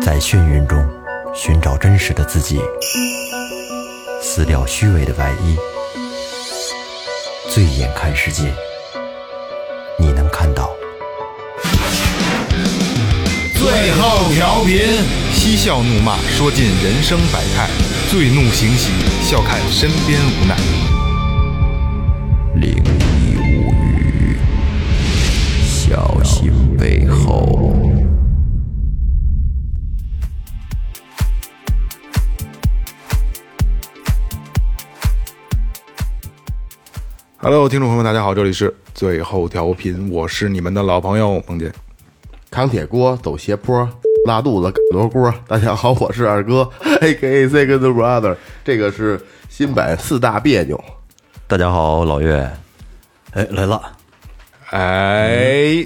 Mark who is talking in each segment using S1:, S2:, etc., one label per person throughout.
S1: 在眩晕中寻找真实的自己，撕掉虚伪的外衣，醉眼看世界，你能看到。
S2: 最后调频，
S3: 嬉笑怒骂，说尽人生百态；醉怒行喜，笑看身边无奈。
S4: 灵异物语，小心背后。
S3: Hello，听众朋友们，大家好，这里是最后调频，我是你们的老朋友梦姐。
S2: 扛铁锅走斜坡，拉肚子罗锅。大家好，我是二哥，A K A Second Brother。这个是新版四大别扭，
S1: 大家好，老岳，哎来了，
S3: 哎，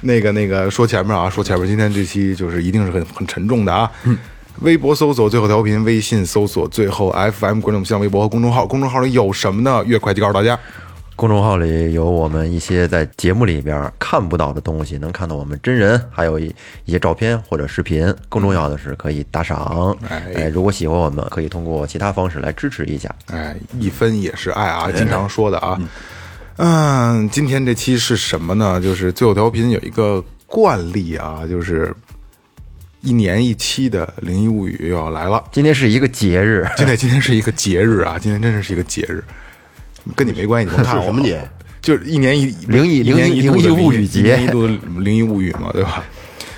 S3: 那个那个，说前面啊，说前面，今天这期就是一定是很很沉重的啊。微博搜索最后调频，微信搜索最后 FM，关注我们新浪微博和公众号。公众号里有什么呢？越快就告诉大家。
S1: 公众号里有我们一些在节目里边看不到的东西，能看到我们真人，还有一一些照片或者视频。更重要的是可以打赏，哎，如果喜欢我们，可以通过其他方式来支持一下。
S3: 哎，一分也是爱啊，经常说的啊。嗯，今天这期是什么呢？就是最后调频有一个惯例啊，就是一年一期的灵异物语又要来了。
S1: 今天是一个节日，
S3: 今天今天是一个节日啊，今天真的是一个节日，跟你没关系，你甭看
S2: 是
S3: 我
S2: 什么节？
S3: 就是一年一
S1: 灵异
S3: 一年一度的
S1: 灵异物语
S3: 一
S1: 节
S3: 年一度的 灵异物语嘛，对吧？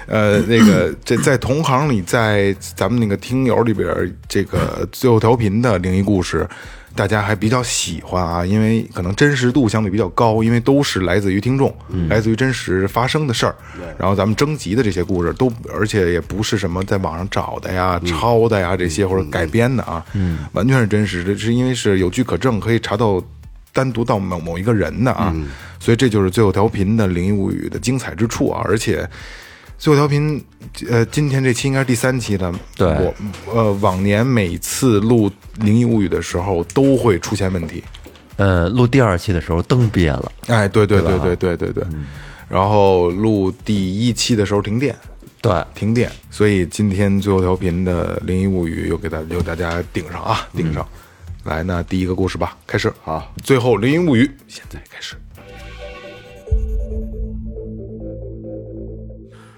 S3: 呃，那 个这在同行里，在咱们那个听友里边儿，这个最后调频的灵异故事，大家还比较喜欢啊，因为可能真实度相对比较高，因为都是来自于听众，
S1: 嗯
S3: 来自于真实发生的事儿。然后咱们征集的这些故事都，而且也不是什么在网上找的呀、
S1: 嗯
S3: 抄的呀这些或者改编的啊，完全是真实的，是因为是有据可证，可以查到单独到某某一个人的啊，所以这就是最后调频的灵异物语的精彩之处啊！而且最后调频，呃，今天这期应该是第三期了。
S1: 对
S3: 我呃，往年每次录灵异物语的时候都会出现问题。
S1: 呃，录第二期的时候灯憋了，
S3: 哎，对对对对对对对。然后录第一期的时候停电，
S1: 对，
S3: 停电，所以今天最后调频的灵异物语又给大又大家顶上啊，顶上。来，那第一个故事吧，开始。
S2: 好，
S3: 最后灵异物语现在开始。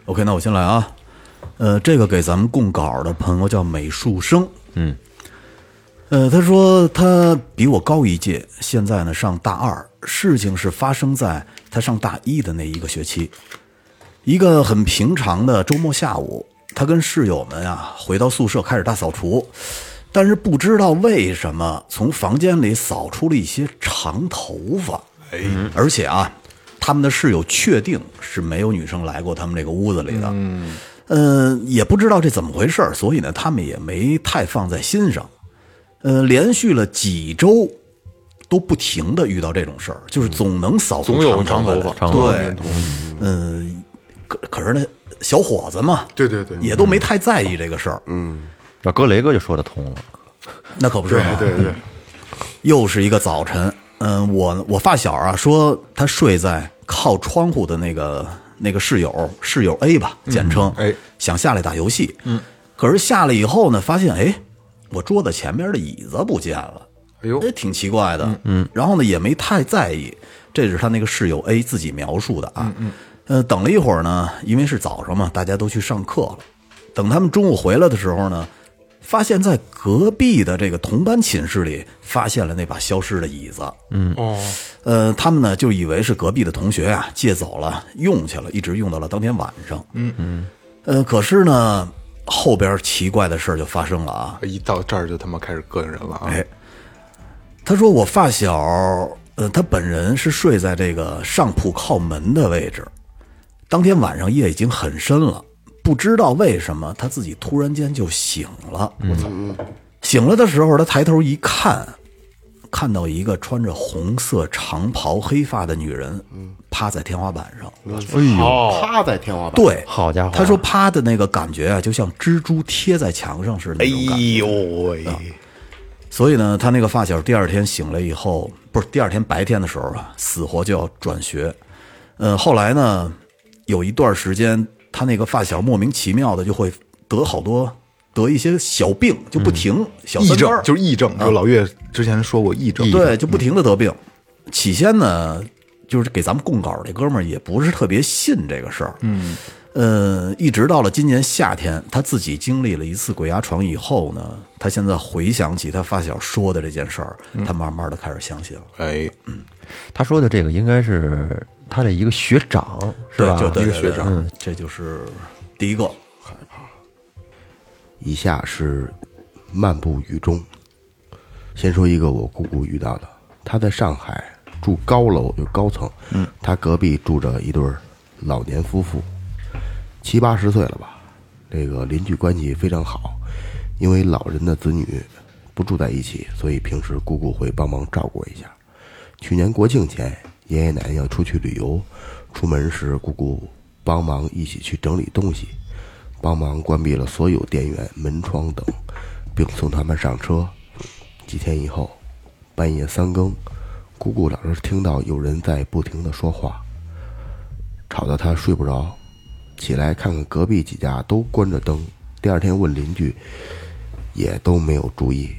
S5: OK，那我先来啊。呃，这个给咱们供稿的朋友叫美术生，嗯，呃，他说他比我高一届，现在呢上大二。事情是发生在他上大一的那一个学期，一个很平常的周末下午，他跟室友们啊回到宿舍开始大扫除，但是不知道为什么从房间里扫出了一些长头发，哎，而且啊，他们的室友确定是没有女生来过他们这个屋子里的，嗯，呃，也不知道这怎么回事儿所以呢，他们也没太放在心上，呃，连续了几周。都不停的遇到这种事儿，就是总能扫出
S3: 总有
S5: 长
S3: 长
S5: 头
S3: 头
S5: 发
S3: 发
S5: 来，
S1: 长头发
S5: 对，嗯，可可是那小伙子嘛，
S3: 对对对
S5: 也都没太在意这个事儿，嗯，
S1: 这哥雷哥就说得通了，
S5: 那可不是嘛，
S3: 对对对，
S5: 又是一个早晨，嗯，我我发小啊说他睡在靠窗户的那个那个室友，室友 A 吧，简称，
S3: 哎
S5: 想下来打游戏，嗯，可是下来以后呢，发现哎，我桌子前边的椅子不见了，
S3: 哎呦
S5: 哎，挺奇怪的，嗯，然后呢也没太在意，这是他那个室友 A 自己描述的啊，嗯，呃，等了一会儿呢，因为是早上嘛，大家都去上课了，等他们中午回来的时候呢。发现，在隔壁的这个同班寝室里，发现了那把消失的椅子。嗯，
S3: 哦，
S5: 呃，他们呢就以为是隔壁的同学啊借走了用去了，一直用到了当天晚上。嗯嗯，呃，可是呢，后边奇怪的事儿就发生了啊。
S3: 一到这儿就他妈开始膈应人了啊！
S5: 哎，他说我发小，呃，他本人是睡在这个上铺靠门的位置。当天晚上夜已经很深了，不知道为什么他自己突然间就醒了。我操！
S1: 嗯
S5: 醒了的时候，他抬头一看，看到一个穿着红色长袍、黑发的女人，
S1: 嗯
S5: 趴在天花板上。
S2: 哎呦，趴在天花板，
S5: 对，
S1: 好家伙
S5: 他说趴的那个感觉啊，就像蜘蛛贴在墙上似的那种
S1: 哎
S5: 感觉。
S3: 哎呦喂，
S5: 所以呢，他那个发小第二天醒来以后，不是第二天白天的时候啊，死活就要转学。呃，后来呢，有一段时间，他那个发小莫名其妙的就会得好多得一些小病，就不停、小
S3: 癔
S5: 三
S3: 症
S5: 班儿
S3: 就是癔症，就是老岳之前说过癔啊症，
S5: 对，就
S1: 嗯
S5: 不停的得病。起先呢，就是给咱们供稿这哥们儿也不是特别信这个事儿，嗯，呃，一直到了今年夏天，他自己经历了一次鬼压床以后呢，他现在回想起他发小说的这件事儿，
S1: 嗯
S5: 他慢慢的开始相信了，
S3: 哎，
S1: 他说的这个应该是他的一个学长，是
S5: 对
S1: 吧？
S5: 就对
S1: 一个
S5: 对
S1: 学
S5: 对
S1: 长，
S5: 这就是第一个，
S2: 以下是漫步雨中。先说一个我姑姑遇到的，她在上海住高楼，有高层，嗯，她隔壁住着一对儿老年夫妇，七八十岁了吧，这个邻居关系非常好，因为老人的子女不住在一起，所以平时姑姑会帮忙照顾一下。去年国庆前，爷爷奶奶要出去旅游，出门时姑姑帮忙一起去整理东西，帮忙关闭了所有电源、门窗等，并送他们上车。几天以后，半夜三更，姑姑老是听到有人在不停的说话，吵得她睡不着。起来看看隔壁几家都关着灯，第二天问邻居，也都没有注意，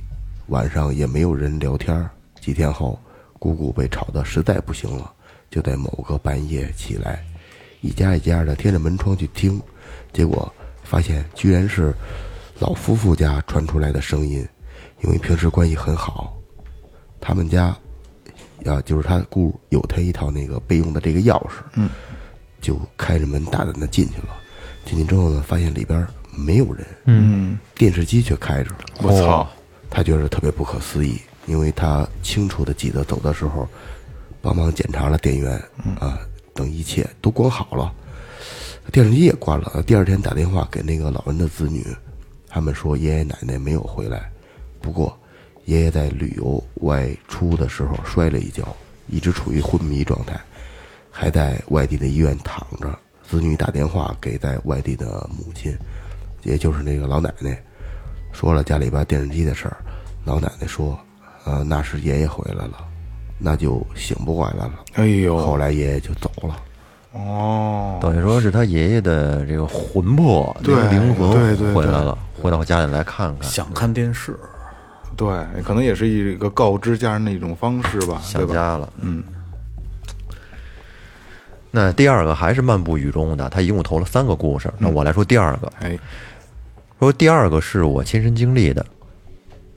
S2: 晚上也没有人聊天儿。几天后，姑姑被吵得实在不行了，就在某个半夜起来，一家一家的贴着门窗去听，结果发现居然是老夫妇家传出来的声音。因为平时关系很好，他们家啊，就是他姑有他一套那个备用的这个钥匙，嗯，就开着门大胆的进去了。进去之后呢，发现里边没有人，嗯，电视机却开着了。哦
S3: 我操，
S2: 他觉得特别不可思议，因为他清楚的记得走的时候，帮忙检查了电源
S3: 嗯
S2: 啊等一切都关好了，电视机也关了。第二天打电话给那个老人的子女，他们说爷爷奶奶没有回来，不过爷爷在旅游外出的时候摔了一跤，一直处于昏迷状态，还在外地的医院躺着。子女打电话给在外地的母亲，也就是那个老奶奶，说了家里边电视机的事儿，老奶奶说，呃，那是爷爷回来了，那就醒不过来了。
S3: 哎
S2: 后
S3: 呦，
S2: 来爷爷就走了，
S3: 哦，
S1: 等于说是他爷爷的这个魂魄、
S3: 对
S1: 这个灵
S3: 对对
S1: 魂
S3: 对
S1: 回来了，回到家里来看看，
S5: 想看电视，
S3: 对，可能也是一个告知家人的一种方式吧，对
S1: 想
S3: 吧？
S1: 家了。嗯。那第二个还是漫步雨中的，他一共投了三个故事。那我来说第二个，
S3: 哎，
S1: 说第二个是我亲身经历的。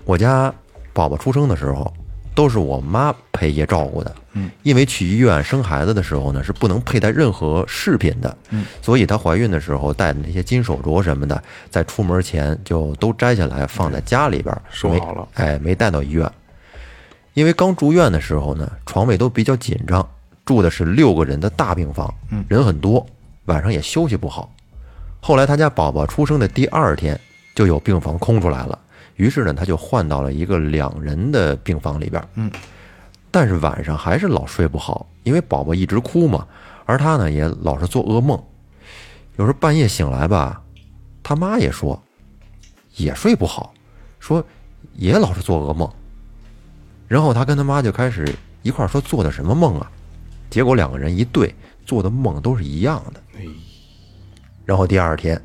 S1: 我家宝宝出生的时候，都是我妈陪爷照顾的。嗯，因为去医院生孩子的时候呢，是不能佩戴任何饰品的。嗯，所以她怀孕的时候戴的那些金手镯什么的，在出门前就都摘下来放在家里边，
S3: 收
S1: 没
S3: 好了
S1: 哎，没带到医院。因为刚住院的时候呢，床位都比较紧张，住的是六个人的大病房，人很多，晚上也休息不好。后来他家宝宝出生的第二天就有病房空出来了，于是呢，他就换到了一个两人的病房里边。嗯，但是晚上还是老睡不好，因为宝宝一直哭嘛，而他呢也老是做噩梦，有时候半夜醒来吧，他妈也说也睡不好，说也老是做噩梦。然后他跟他妈就开始一块儿说做的什么梦啊，结果两个人一对做的梦都是一样的。然后第二天，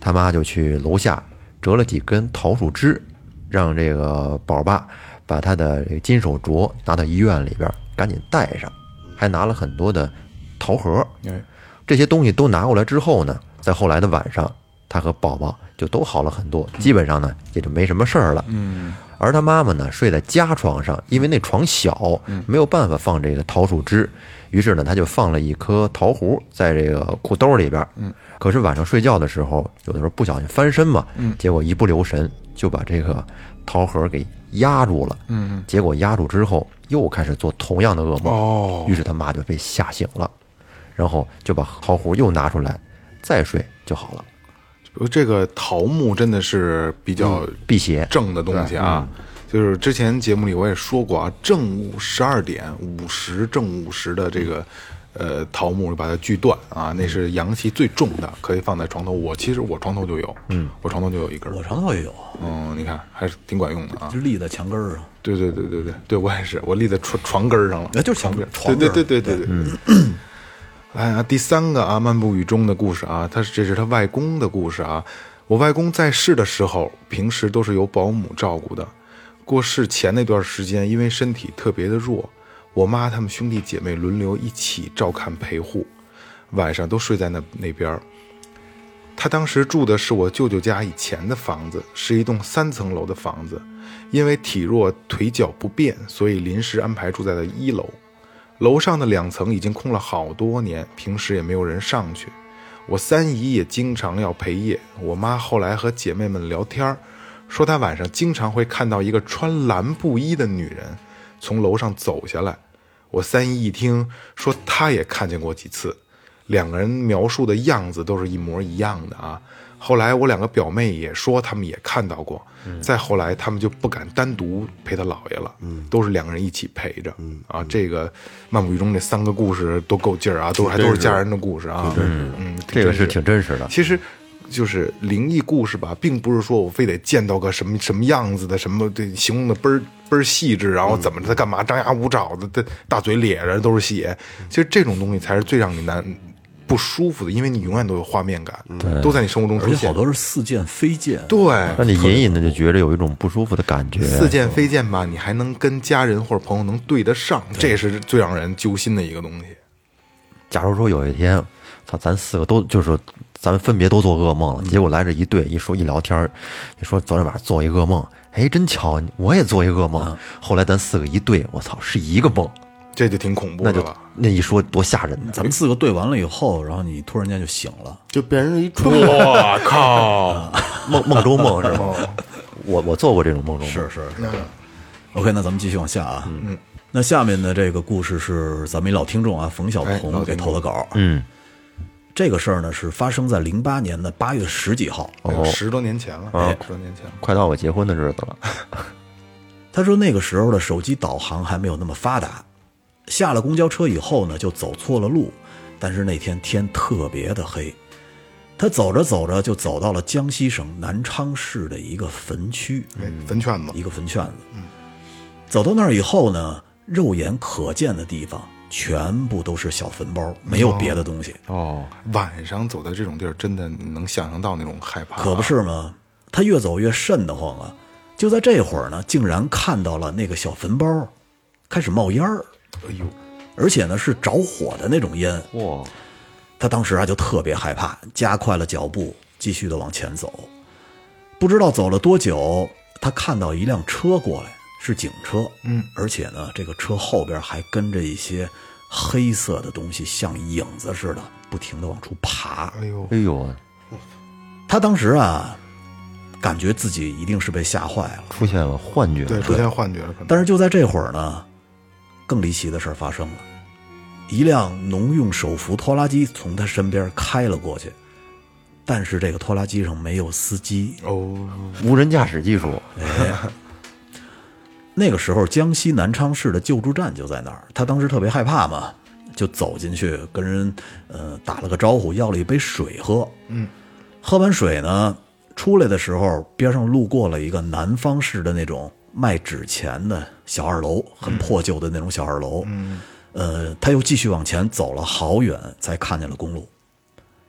S1: 他妈就去楼下折了几根桃树枝，让这个宝爸把他的这个金手镯拿到医院里边，赶紧戴上，还拿了很多的桃核。
S3: 哎，
S1: 这些东西都拿过来之后呢，在后来的晚上，他和宝宝就都好了很多，基本上呢也就没什么事儿了。嗯，而他妈妈呢睡在家床上，因为那床小，没有办法放这个桃树枝，于是呢他就放了一颗桃核在这个裤兜里边。嗯，可是晚上睡觉的时候，有的时候不小心翻身嘛，结果一不留神就把这个桃核给压住了。嗯，结果压住之后又开始做同样的噩梦。
S3: 哦
S1: 于是他妈就被吓醒了。然后就把桃核又拿出来，再睡就好了。
S3: 这个桃木真的是比较
S1: 辟邪，
S3: 正的东西啊。就是之前节目里我也说过啊，正午十二点五十正午十的这个呃桃木，把它锯断啊，那是阳气最重的，可以放在床头。我其实我床头就有，嗯，我床头就有一根儿，
S5: 我床头也有，啊
S3: 嗯，你看还是挺管用的啊
S5: 就。立在墙根儿上。
S3: 对对对对对，对我也是，我立在床床根儿上了，
S5: 哎就是墙
S3: 边儿
S5: 床
S3: 对
S5: 根儿嗯
S3: 对对对对对。哎呀，第三个啊，《漫步雨中》的故事啊，它是这是他外公的故事啊。我外公在世的时候，平时都是由保姆照顾的。过世前那段时间，因为身体特别的弱，我妈他们兄弟姐妹轮流一起照看陪护，晚上都睡在那那边儿。他当时住的是我舅舅家以前的房子，是一栋三层楼的房子。因为体弱腿脚不便，所以临时安排住在了一楼。楼上的两层已经空了好多年，平时也没有人上去。我三姨也经常要陪夜。我妈后来和姐妹们聊天儿，说她晚上经常会看到一个穿蓝布衣的女人从楼上走下来。我三姨一听说她也看见过几次，两个人描述的样子都是一模一样的啊。后来我两个表妹也说她们也看到过，
S1: 嗯
S3: 再后来她们就不敢单独陪她姥爷了，
S1: 嗯
S3: 都是两个人一起陪着。啊，这个《漫步雨中》这三个故事都够劲儿啊，都还都是家人的故事啊。嗯，
S1: 这个是
S3: 真实
S1: 挺真实的。
S3: 啊其实就是灵异故事吧，并不是说我非得见到个什么什么样子的，什么对形容的倍儿倍儿细致，然后怎么着他干嘛张牙舞爪的，大大嘴咧着都是血。其实这种东西才是最让你难不舒服的，因为你永远都有画面感，都在你生活中
S5: 嗯而
S3: 出
S5: 且
S3: 现
S5: 好。多是似箭非箭，
S3: 对，
S1: 让你隐隐的就觉着有一种不舒服的感觉。
S3: 似箭非箭吧，你还能跟家人或者朋友能对得上，这是最让人揪心的一个东西。
S1: 假如说有一天，操，咱四个都就是咱们分别都做噩梦了，结果来这一对一说一聊天儿，你说昨天晚上做一噩梦，哎，真巧，我也做一噩梦。后来咱四个一对，我操，是一个梦，
S3: 这就挺恐怖
S1: 那
S3: 的
S1: 就
S3: 了。
S1: 那一说多吓人呢。
S5: 咱们四个对完了以后，然后你突然间就醒了，
S2: 就变成一春梦。
S3: 我靠！
S1: 梦梦中梦是吗？我我做过这种梦中梦，是是，
S3: 嗯
S5: OK，那咱们继续往下啊。嗯，那下面的这个故事是咱们一老听众啊，冯晓
S3: 哎老
S5: 彤
S3: 听
S5: 给投的稿。
S1: 嗯，
S5: 这个事儿呢是发生在零八年的八月十几号。
S3: 有十多年前了，
S5: 哦
S3: 十多年前了。
S1: 快到我结婚的日子了，
S5: 他说那个时候的手机导航还没有那么发达，下了公交车以后呢就走错了路，但是那天天特别的黑。他走着走着就走到了江西省南昌市的一个坟区，
S3: 哎坟圈子
S5: 一个坟圈子。走到那儿以后呢，肉眼可见的地方全部都是小坟包，没有别的东西，
S3: 哦
S1: 哦
S3: 晚上走在这种地儿，真的能想象到那种害怕、
S5: 可不，是吗？他越走越瘆得慌啊！就在这会儿呢，竟然看到了那个小坟包开始冒烟儿，
S3: 哎呦，
S5: 而且呢是着火的那种烟。
S1: 哇，
S5: 他当时啊就特别害怕，加快了脚步，继续的往前走。不知道走了多久，他看到一辆车过来，是警车，嗯，而且呢，这个车后边还跟着一些黑色的东西，像影子似的，不停的往出爬。
S3: 哎呦，
S1: 哎呦，
S5: 他当时啊，感觉自己一定是被吓坏了。
S1: 出现了幻觉，
S3: 对，出现幻觉了，可能。
S5: 但是就在这会儿呢，更离奇的事儿发生了，一辆农用手扶拖拉机从他身边开了过去，但是这个拖拉机上没有司机。
S3: 哦，
S1: 无人驾驶技术，
S5: 那个时候，江西南昌市的救助站就在那儿，他当时特别害怕嘛，就走进去跟人呃打了个招呼，要了一杯水喝。嗯，喝完水呢，出来的时候边上路过了一个南方市的那种卖纸钱的小二楼，很破旧的那种小二楼。嗯，呃，他又继续往前走了好远，才看见了公路。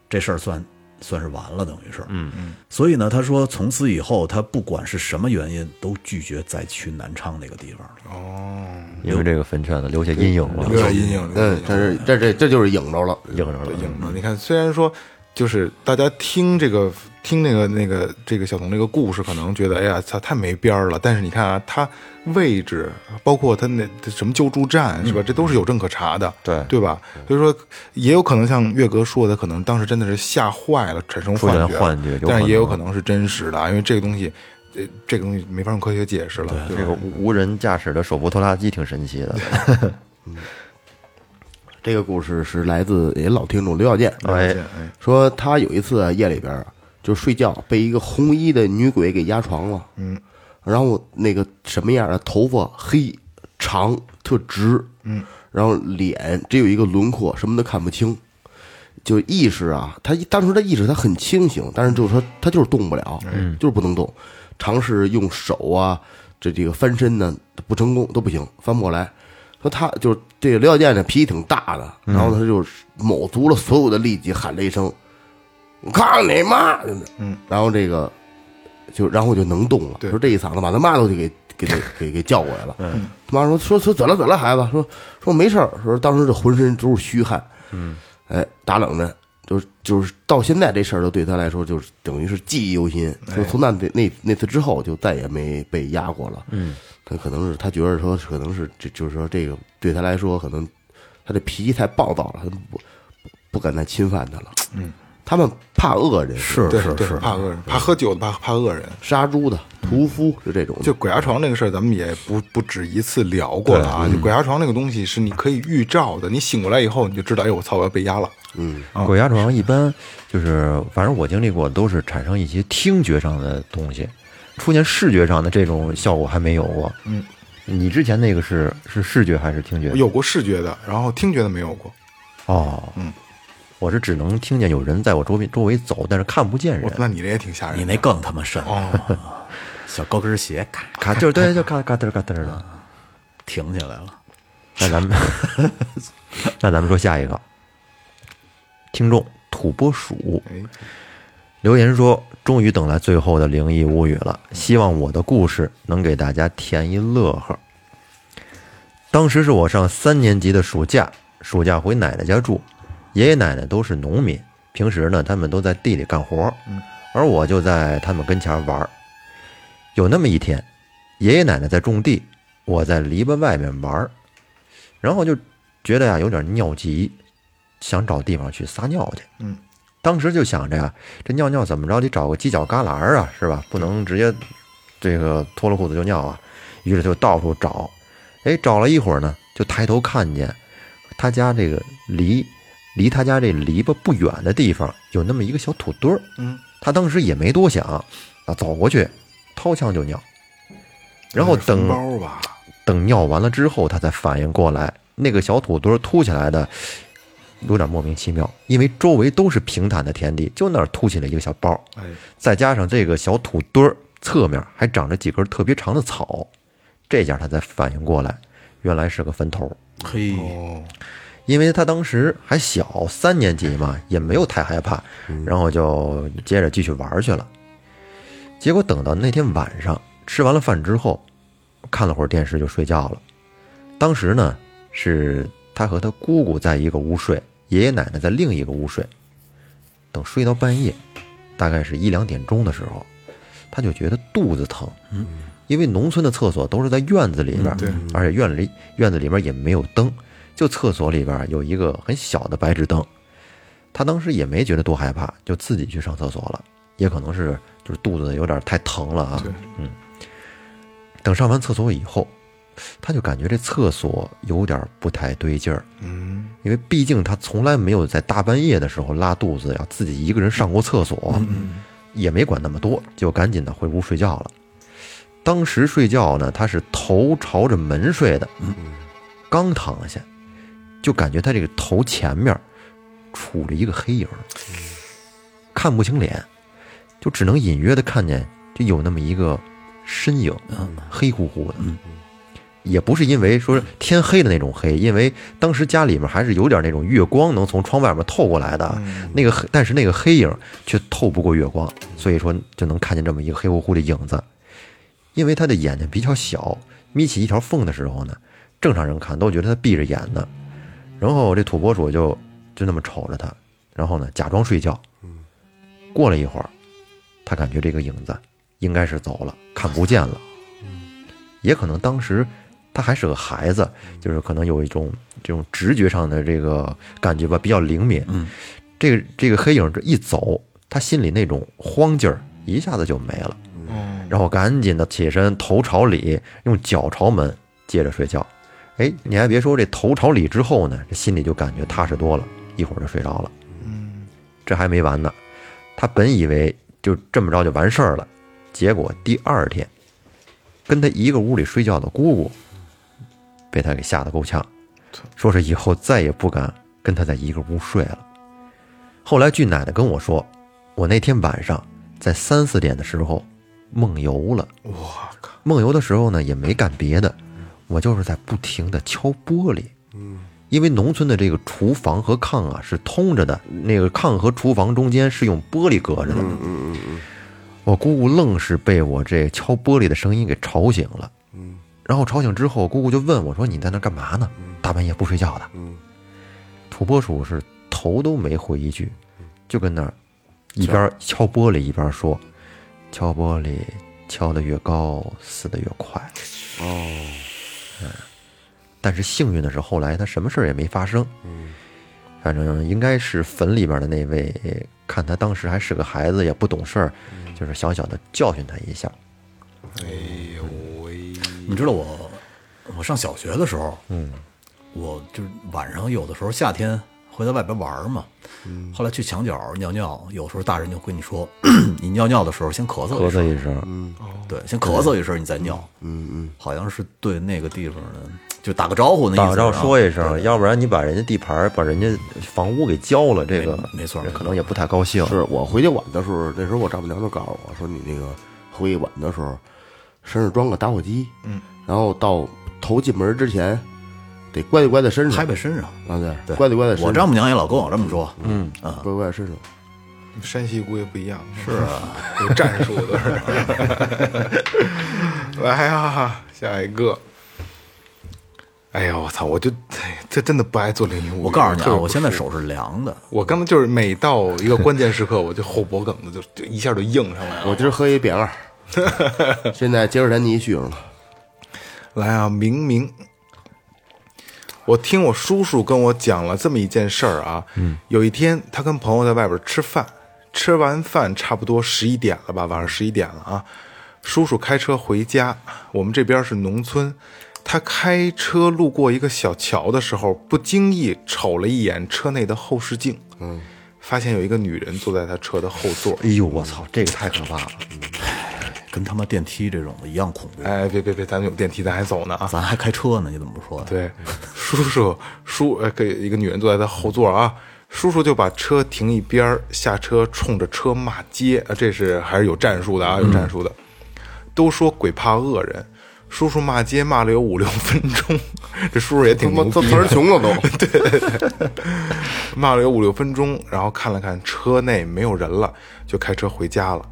S5: 这事儿算算是完了，等于是。嗯嗯。所以呢，他说从此以后，他不管是什么原因，都拒绝再去南昌那个地方了。
S1: 因为这个坟圈子留下阴影了，
S3: 有点阴影，有
S5: 呃
S2: 嗯
S3: 点，
S2: 这是这这这就是影着了，
S1: 影着了
S3: 阴。影嗯了。你看，虽然说就是大家听这个听那个那个这个小童这个故事，可能觉得哎呀，他太没边儿了。但是你看啊，他位置包括他那什么救助站是吧，这都是有证可查的，
S1: 嗯对
S3: 对吧？所以说，也有可能像岳哥说的，可能当时真的是吓坏了，产生
S1: 出现
S3: 幻觉，
S1: 幻觉有可能
S3: 但是也有可能是真实的啊，因为这个东西。呃，这个东西没法用科学解释了。对
S1: 这个
S3: 吧？
S1: 无无人驾驶的手扶拖拉机挺神奇的，
S2: 这个故事是来自也老听众刘小健，
S1: 哎，
S3: 哎，
S2: 说他有一次啊夜里边啊就睡觉，被一个红衣的女鬼给压床了。嗯，然后那个什么样啊？头发黑长特直，嗯，然后脸只有一个轮廓，什么都看不清。就意识啊，他一当时他意识他很清醒，但是就是说他就是动不了，
S1: 嗯
S2: 就是不能动，尝试用手啊，这这个翻身呢不成功都不行，翻不过来。说他就是这个刘小健呢脾气挺大的，然后他就卯足了所有的力气喊了一声我靠你妈！嗯，然后这个就然后我就能动了，
S3: 对
S2: 说这一嗓子把他妈都给给给给给叫过来了。 嗯，他妈说说说怎了怎了孩子，说说没事儿，说当时这浑身都是虚汗，嗯，哎打冷战，就是就是到现在这事儿都对他来说就是等于是记忆犹新，就从那那那那次之后就再也没被压过了。嗯，他可能是他觉得说可能是这就是说这个对他来说可能他这脾气太暴躁了，他不不敢再侵犯他了。嗯，他们怕恶人
S5: 是
S3: 对
S5: 是
S3: 对，
S5: 是，
S3: 怕恶人，怕喝酒的，怕怕恶人。
S2: 杀猪的、屠夫就这种的，
S3: 就鬼压床这个事儿，咱们也不不止一次聊过了
S5: 嗯
S3: 啊。就鬼压床那个东西是你可以预兆的，你醒过来以后你就知道，哎，我操，我要被压了。
S1: 鬼压床一般就是，反正我经历过都是产生一些听觉上的东西，出现视觉上的这种效果还没有过。嗯，你之前那个是是视觉还是听觉？
S3: 有过视觉的，然后听觉的没有过。
S1: 哦，嗯，我是只能听见有人在我周边周围走，但是看不见
S3: 我
S1: 人。
S3: 那你这也挺吓人的。
S5: 你那更他妈深了， 小高跟鞋咔
S1: 咔就是对，就咔咔嘚儿咔嘚儿的。
S5: 停起来了。
S1: 那咱们 那咱们说下一个，听众土拨鼠
S3: 哎，
S1: 留言说：“终于等来最后的灵异物语了，希望我的故事能给大家填一乐呵。”当时是我上三年级的暑假，暑假回奶奶家住，爷爷奶奶都是农民，平时呢他们都在地里干活，而我就在他们跟前玩儿。有那么一天，爷爷奶奶在种地，我在篱笆外面玩儿，然后就觉得呀、有点尿急，想找地方去撒尿去。嗯，当时就想着呀、这尿尿怎么着得找个犄角旮旯儿啊，是吧？不能直接这个脱了裤子就尿啊。于是就到处找，哎，找了一会儿呢，就抬头看见他家这个离离他家这篱笆不远的地方有那么一个小土堆儿。
S3: 嗯，
S1: 他当时也没多想啊，走过去掏枪就尿，然后
S3: 那是封
S1: 等
S3: 包吧，
S1: 等尿完了之后，他才反应过来，那个小土堆儿凸起来的有点莫名其妙，因为周围都是平坦的田地，就那儿凸起了一个小包，
S3: 哎，
S1: 再加上这个小土堆儿侧面还长着几根特别长的草，这下他才反应过来，原来是个坟头。
S5: 嘿，
S3: 哦，
S1: 因为他当时还小，三年级嘛，也没有太害怕，然后就接着继续玩去了。结果等到那天晚上吃完了饭之后，看了会儿电视就睡觉了。当时呢，是他和他姑姑在一个屋睡，爷爷奶奶在另一个屋睡。等睡到半夜，大概是一两点钟的时候，他就觉得肚子疼，因为农村的厕所都是在院子里边，
S3: 对
S1: 而且院里院子里面也没有灯，就厕所里边有一个很小的白炽灯。他当时也没觉得多害怕，就自己去上厕所了，也可能是就是肚子有点太疼了啊
S3: 对。
S1: 嗯，等上完厕所以后，他就感觉这厕所有点不太对劲儿，
S3: 嗯，
S1: 因为毕竟他从来没有在大半夜的时候拉肚子呀，自己一个人上过厕所，也没管那么多，就赶紧的回屋睡觉了。当时睡觉呢，他是头朝着门睡的，刚躺下，就感觉他这个头前面杵着一个黑影儿，看不清脸，就只能隐约的看见就有那么一个身影，黑乎乎的。也不是因为说天黑的那种黑，因为当时家里面还是有点那种月光能从窗外面透过来的，那个黑，但是那个黑影却透不过月光，所以说就能看见这么一个黑乎乎的影子。因为他的眼睛比较小，眯起一条缝的时候呢，正常人看都觉得他闭着眼呢。然后这土拨鼠就就那么瞅着他，然后呢假装睡觉。过了一会儿，他感觉这个影子应该是走了，看不见了。也可能当时他还是个孩子，就是可能有一种这种直觉上的这个感觉吧，比较灵敏。嗯，这个这个黑影这一走，他心里那种慌劲儿一下子就没了。
S3: 哦，
S1: 然后赶紧的起身，头朝里，用脚朝门，接着睡觉。哎，你还别说，这头朝里之后呢，这心里就感觉踏实多了，一会儿就睡着了。
S3: 嗯，
S1: 这还没完呢，他本以为就这么着就完事儿了，结果第二天，跟他一个屋里睡觉的姑姑，被他给吓得够呛，说是以后再也不敢跟他在一个屋睡了。后来据奶奶跟我说，我那天晚上在三四点的时候梦游了，
S3: 我靠，
S1: 梦游的时候呢也没干别的，我就是在不停的敲玻璃，因为农村的这个厨房和炕啊是通着的，那个炕和厨房中间是用玻璃隔着的。我姑姑愣是被我这敲玻璃的声音给吵醒了。然后吵醒之后，姑姑就问我说：“你在那干嘛呢？大半夜不睡觉的？”土拨鼠是头都没回一句，就跟那儿一边敲玻璃一边说：“敲玻璃敲得越高，死得越快。”但是幸运的是，后来他什么事儿也没发生。嗯，反正应该是坟里边的那位，看他当时还是个孩子，也不懂事儿，
S5: 嗯
S1: 就是小小的教训他一下。
S5: 你知道我，我上小学的时候，嗯，我就是晚上有的时候夏天会在外边玩儿嘛，嗯，后来去墙角尿尿，有时候大人就跟你说， 你尿尿的时候先咳嗽
S1: 咳
S5: 一
S1: 嗽
S5: 声，
S1: 一声，
S5: 对，先咳嗽一声你再尿，嗯嗯，好像是对那个地方的就打个招呼那意思
S1: 打
S5: 啊，
S1: 着说一声，要不然你把人家地盘儿、把人家房屋给交了，这个
S5: 没没错
S1: 人可能也不太高兴。
S2: 是我回去晚的时候，那时候我丈母娘就告诉我说，你那个回去晚的时候，身上装个打火机，嗯，然后到头进门之前，得乖乖的
S3: 嗯
S2: 身上
S5: 拍，拍身上，
S2: 啊对，
S5: 对，
S2: 乖乖的身上，
S5: 我丈母娘也老跟我这么说，嗯，
S2: 乖乖的身上，
S3: 山西估计不一样，是啊，有战术都是。来啊，下一个。哎呀，我操！我就哎这真的不爱做灵异物语。
S5: 我告诉你
S3: 特
S5: 啊，
S3: 别不
S5: 我现在
S3: 舒服
S5: 手是凉的，
S3: 我刚才就是每到一个关键时刻，我就后脖梗子就就一下就硬上来了。
S2: 我今儿喝一扁二，现在接着咱你续上了，
S3: 来啊，明明，我听我叔叔跟我讲了这么一件事儿啊。嗯，有一天他跟朋友在外边吃饭，吃完饭差不多十一点了吧，晚上十一点了啊。叔叔开车回家，我们这边是农村。他开车路过一个小桥的时候，不经意瞅了一眼车内的后视镜，嗯，发现有一个女人坐在他车的后座。
S1: 哎呦，我操，这个太可怕了！
S5: 跟他妈电梯这种的一样恐怖，
S3: 哎，别别别，咱们有电梯，咱还走呢啊！
S5: 咱还开车呢，你怎么不说呀？
S3: 对，叔叔叔呃，给一个女人坐在他后座啊，叔叔就把车停一边儿，下车冲着车骂街，啊，这是还是有战术的啊，有
S2: 嗯
S3: 战术的。都说鬼怕恶人，叔叔骂街骂了有五六分钟， 这叔叔也
S2: 他
S3: 挺
S2: 妈
S3: 牛
S2: 这
S3: 逼
S2: 词
S3: 的
S2: 儿穷了 都，
S3: 骂了有五六分钟，然后看了看车内没有人了，就开车回家了。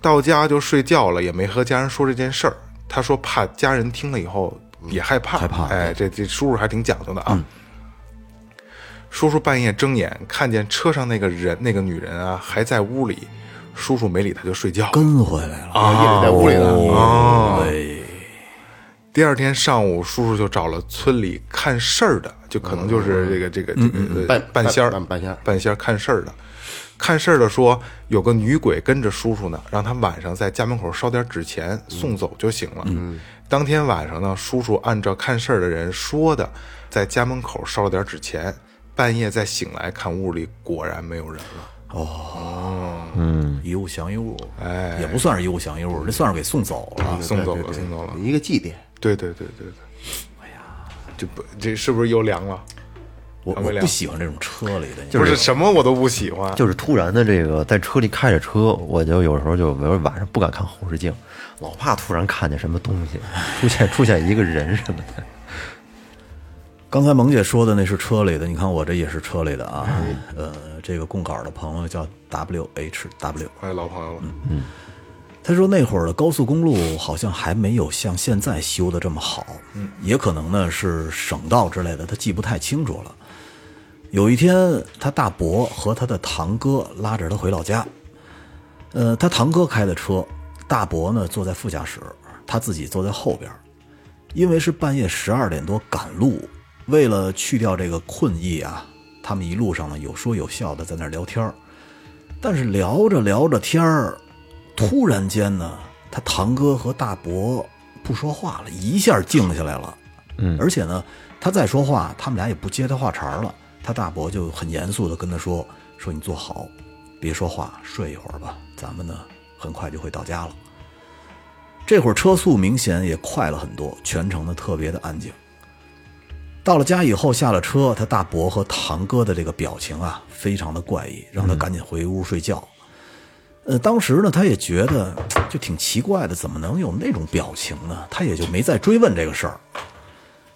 S3: 到家就睡觉了，也没和家人说这件事儿。他说怕家人听了以后也害怕，
S5: 嗯害怕嗯
S3: 哎，这这叔叔还挺讲究的啊。叔叔半夜睁眼看见车上那个人，那个女人啊还在屋里，叔叔没理他就睡觉了。
S5: 跟回来了，
S2: 夜里在屋里呢，
S3: 第二天上午，叔叔就找了村里看事儿的，就可能
S2: 嗯
S3: 就是这个这个这个
S2: 半
S3: 半仙儿
S2: 半半仙儿
S3: 半仙儿看事儿的，看事儿的说有个女鬼跟着叔叔呢，让他晚上在家门口烧点纸钱送走就行了。
S2: 嗯
S3: 当天晚上呢，叔叔按照看事儿的人说的，在家门口烧了点纸钱，半夜再醒来看屋里果然没有人了。嗯
S5: 一物降一物，哎，也不算是一物降一物，这算是给送走了。
S3: 啊送走了，送走了。
S2: 一个祭奠，
S3: 对对对对对。哎呀，这不这是不是又凉了？
S5: 我
S3: 没
S5: 我
S3: 聊
S5: 不喜欢这种车里的，
S3: 不是什么我都不喜欢。
S1: 就是突然的这个，在车里开着车，我就有时候就有时候晚上不敢看后视镜，老怕突然看见什么东西，出现出现一个人什么的。
S5: 刚才萌姐说的那是车里的，你看我这也是车里的啊。
S3: 嗯
S5: 呃，这个供稿的朋友叫 W H W，
S3: 哎，老朋友了，
S5: 他说那会儿的高速公路好像还没有像现在修的这么好，也可能呢是省道之类的，他记不太清楚了。有一天，他大伯和他的堂哥拉着他回老家，呃，他堂哥开的车，大伯呢坐在副驾驶，他自己坐在后边儿。因为是半夜十二点多赶路，为了去掉这个困意啊，他们一路上呢有说有笑的在那儿聊天儿。但是聊着聊着天儿，突然间呢，他堂哥和大伯不说话了，一下静下来了。嗯，而且呢，他再说话，他们俩也不接他话茬儿了。他大伯就很严肃的跟他说：“说你坐好，别说话，睡一会儿吧，咱们呢很快就会到家了。”这会儿车速明显也快了很多，全程呢特别的安静。到了家以后，下了车，他大伯和堂哥的这个表情啊，非常的怪异，让他赶紧回屋睡觉。呃，当时呢，他也觉得就挺奇怪的，怎么能有那种表情呢？他也就没再追问这个事儿。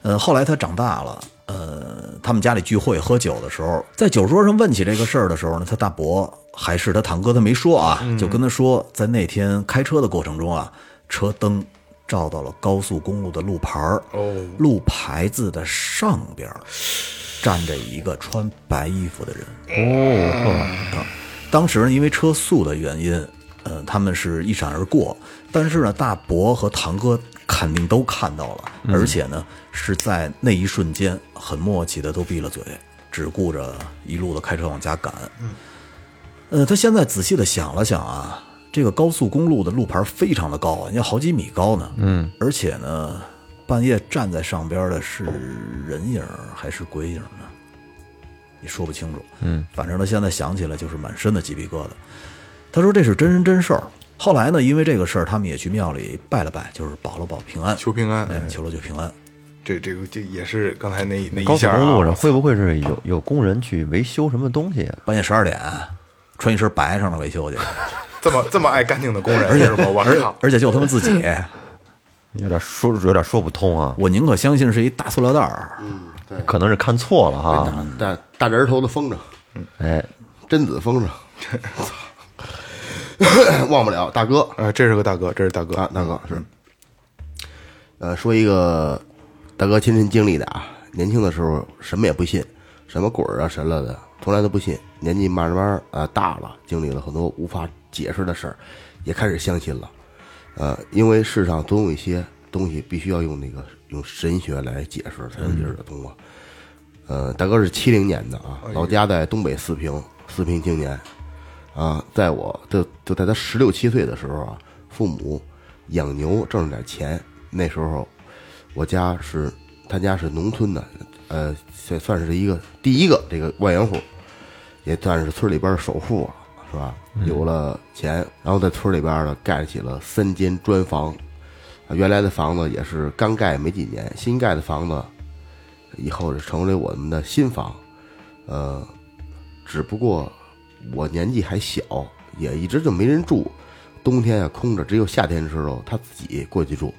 S5: 呃，后来他长大了，嗯、呃，他们家里聚会喝酒的时候，在酒桌上问起这个事儿的时候呢，他大伯还是他堂哥，他没说啊，就跟他说，在那天开车的过程中啊，车灯照到了高速公路的路牌儿，路牌子的上边儿站着一个穿白衣服的人。当时呢，因为车速的原因，呃，他们是一闪而过。但是呢，大伯和堂哥肯定都看到了，而且呢，是在那一瞬间很默契的都闭了嘴，只顾着一路的开车往家赶。呃，他现在仔细的想了想啊，这个高速公路的路牌非常的高啊，要好几米高呢。嗯，而且呢，半夜站在上边的是人影儿还是鬼影儿呢？也说不清楚。嗯，反正他现在想起来就是满身的鸡皮疙瘩。他说这是真人真事儿。后来呢，因为这个事儿，他们也去庙里拜了拜，就是保了保平安，
S3: 求平安
S5: 哎
S3: 哎
S5: 求了就平安。
S3: 这这个这也是刚才那那
S1: 高
S3: 一
S1: 速
S3: 下、啊、
S1: 公路上会不会是有有工人去维修什么东西啊？
S5: 半夜十二点，穿一身白上了维修去，
S3: 这么这么爱干净的工人是吗？我靠！
S5: 而且就他们自 己，
S1: 有点说有点说不通啊，
S5: 我宁可相信是一大塑料袋儿。
S1: 可能是看错了哈。
S2: 大大人头的风筝，
S1: 哎，
S2: 贞子风筝，操忘不了大哥
S3: 呃，这是个大哥，这是大哥
S2: 啊，大哥是。呃，说一个大哥亲身经历的啊，年轻的时候什么也不信，什么鬼儿啊神了的，从来都不信。年纪慢慢啊、呃大了，经历了很多无法解释的事儿，也开始相信了。呃，因为世上总有一些东西必须要用那个用神学来解释才能解释得通啊。呃，大哥是七零年的啊，老家在东北四平，四平青年。啊，在我就就在他十六七岁的时候啊，父母养牛挣了点钱。那时候我家是他家是农村的，呃，算算是一个第一个这个万元户，也算是村里边的首富啊，是吧？有了钱，然后在村里边呢盖起了三间砖房。啊原来的房子也是刚盖没几年，新盖的房子以后就成为我们的新房。呃，只不过我年纪还小，也一直就没人住。冬天啊空着，只有夏天的时候他自己过去住。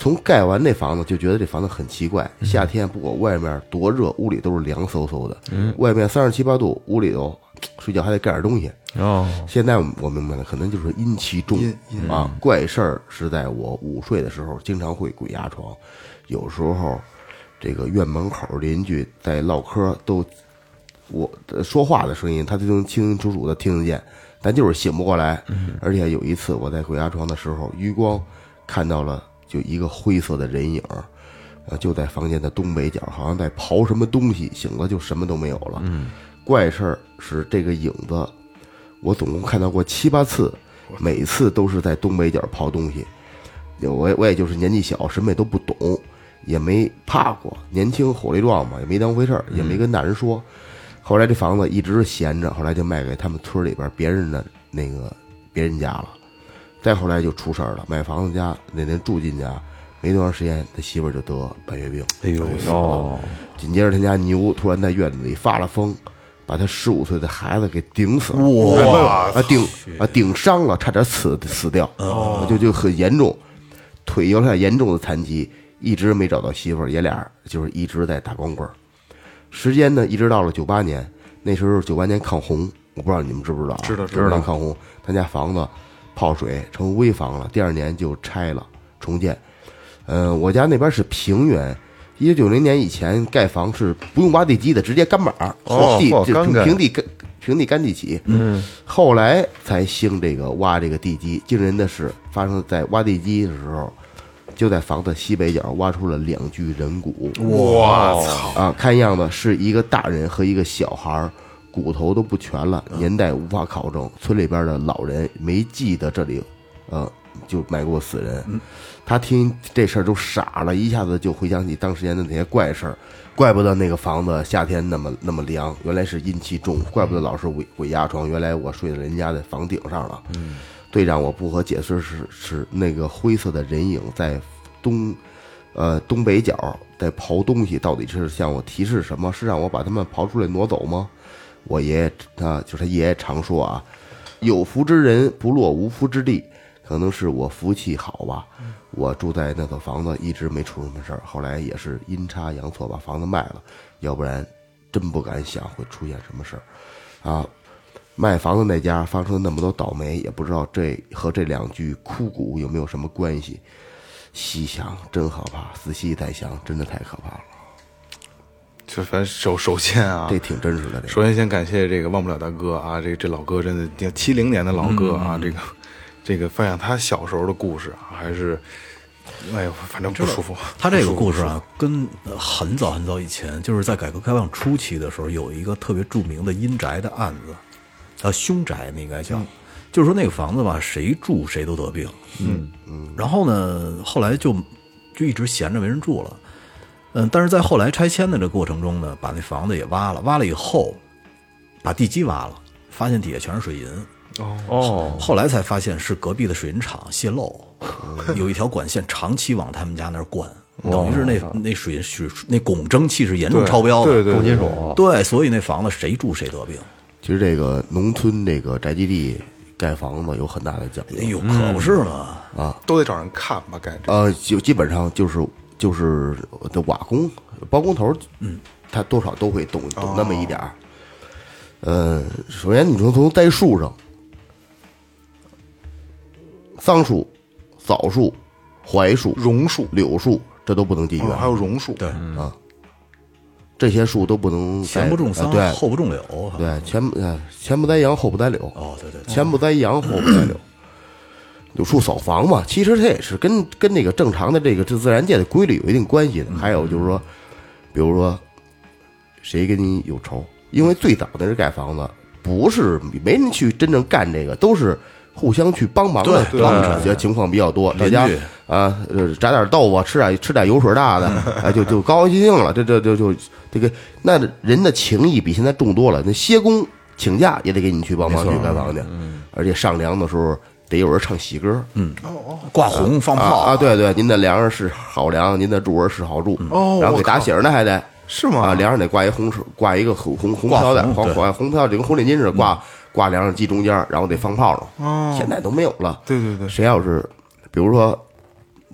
S2: 从盖完那房子就觉得这房子很奇怪，夏天不管外面多热，屋里都是凉飕飕的。外面三十七八度，屋里头嘖睡觉还得盖点东西。
S1: 哦，
S2: 现在我明白了，可能就是阴气重啊。怪事儿是在我午睡的时候，经常会鬼压床，有时候这个院门口邻居在唠嗑，都我呃说话的声音，他都能清清楚楚的听得见，但就是醒不过来。而且有一次我在鬼压床的时候，余光看到了就一个灰色的人影儿，呃，就在房间的东北角，好像在刨什么东西，醒了就什么都没有了。怪事儿是这个影子，我总共看到过七八次，每次都是在东北角刨东西。我也我也就是年纪小，什么也都不懂，也没怕过，年轻火力壮嘛，也没当回事儿，也没跟大人说。后来这房子一直闲着，后来就卖给他们村里边别人的那个别人家了。再后来就出事儿了，买房子家那人住进家，没多长时间，他媳妇儿就得白血病。
S5: 哎呦，
S1: 哦，
S2: 紧接着他家牛突然在院子里发了疯，把他十五岁的孩子给顶死了，
S3: 哇
S2: 啊顶啊顶伤了，差点死死掉，啊就就很严重，腿有点严重的残疾，一直没找到媳妇儿，爷俩就是一直在打光棍儿。时间呢，一直到了九八年，那时候九八年抗洪，我不知道你们知不知道啊、
S3: 知道知道
S2: 九八年抗洪，他家房子泡水成危房了，第二年就拆了重建。呃，我家那边是平原，一九九零年以前盖房是不用挖地基的，直接干板儿，
S1: 哦
S2: 地
S1: 嚯
S2: 就
S1: 干干
S2: 平地干平地干地起。嗯，后来才兴这个挖这个地基。惊人的是，发生在挖地基的时候，就在房子西北角挖出了两具人骨。
S3: 我操！
S2: 啊，看样子是一个大人和一个小孩儿，骨头都不全了，年代无法考证。村里边的老人没记得这里，呃，就埋过死人。他听这事儿都傻了，一下子就回想起当时间的那些怪事儿，怪不得那个房子夏天那么那么凉，原来是阴气重，怪不得老是鬼鬼压床，原来我睡在人家的房顶上了。最让我不可解释是是那个灰色的人影在东，呃东北角在刨东西，到底是向我提示什么？是让我把他们刨出来挪走吗？啊我爷爷他就是他爷爷常说啊，有福之人不落无福之地。可能是我福气好吧，我住在那套房子一直没出什么事儿，后来也是阴差阳错把房子卖了，要不然真不敢想会出现什么事儿啊。卖房子那家发生那么多倒霉，也不知道这和这两句枯骨有没有什么关系。细想真可怕，仔细再想，真的太可怕了。
S3: 就反正首首先啊，
S2: 这挺真实的，这个
S3: 首先先感谢这个忘不了大哥啊，这这老哥真的，你七零年的老哥啊，这个这个分享他小时候的故事啊，还是，哎呦，反正不舒服。
S5: 他这个故事
S3: 不舒
S5: 啊，跟呃很早很早以前，就是在改革开放初期的时候，有一个特别著名的阴宅的案子，啊，凶宅那应该叫，就是说那个房子吧，谁住谁都得病，嗯嗯，然后呢，后来就就一直闲着没人住了，嗯，但是在后来拆迁的这过程中呢，把那房子也挖了，挖了以后，把地基挖了，发现底下全是水银，
S1: 哦，
S5: 后来才发现是隔壁的水银厂泄漏，有一条管线长期往他们家那儿灌，等于是那那水水那汞蒸气是严重超标的，
S3: 对对
S1: 重
S3: 对
S1: 金属，
S5: 对所以那房子谁住谁得病。
S2: 其实这个农村这个宅基地盖房子有很大的讲究
S5: 哎，呦，可不是嘛！
S3: 都得找人看吧，感觉
S2: 呃，就基本上就是就是的瓦工、包工头，嗯，他多少都会懂懂那么一点儿。呃，首先你从从栽树上，桑树、枣树、槐树、
S3: 榕树
S2: 柳树，这都不能进园，啊
S3: 哦还有榕树，
S5: 对，
S2: 这些树都不能栽
S5: 前不种桑
S2: 呃，对
S5: 后不种柳。
S2: 对，前不呃前不栽杨，后不栽柳。
S5: 哦，对对对，
S2: 前不栽杨，后不栽柳。柳树扫房嘛，其实它也是跟跟那个正常的这个自然界的规律有一定关系的。还有就是说，比如说谁跟你有仇，因为最早那是盖房子，不是没人去真正干这个，都是互相去帮忙的，
S3: 对
S2: 帮助的情况比较多。大家
S5: 邻居
S2: 啊，呃炸点豆腐，吃点吃点油水 大的，啊，就就高高兴兴了。这这这就这个，那人的情谊比现在重多了。那歇工请假也得给你去帮忙去干房去，
S5: 嗯
S2: 而且上梁的时候得有人唱喜歌，嗯，
S5: 挂红放
S2: 啊
S5: 炮
S2: 啊，，对对，您的梁上是好梁，您的柱儿是好柱，
S5: 嗯
S3: 哦
S2: 然后
S3: 我
S2: 给打
S3: 靠
S2: 喜儿呢还得。
S3: 是吗
S2: 啊，梁上得挂一红绳，挂一个红红红
S5: 挂
S2: 飘带，
S5: 红
S2: 黄
S5: 对
S2: 黄红飘带就跟红领巾似的挂挂梁上系中间儿，然后得放炮仗。
S3: 嗯哦
S2: 现在都没有了。
S3: 对对对
S2: 谁要是比如说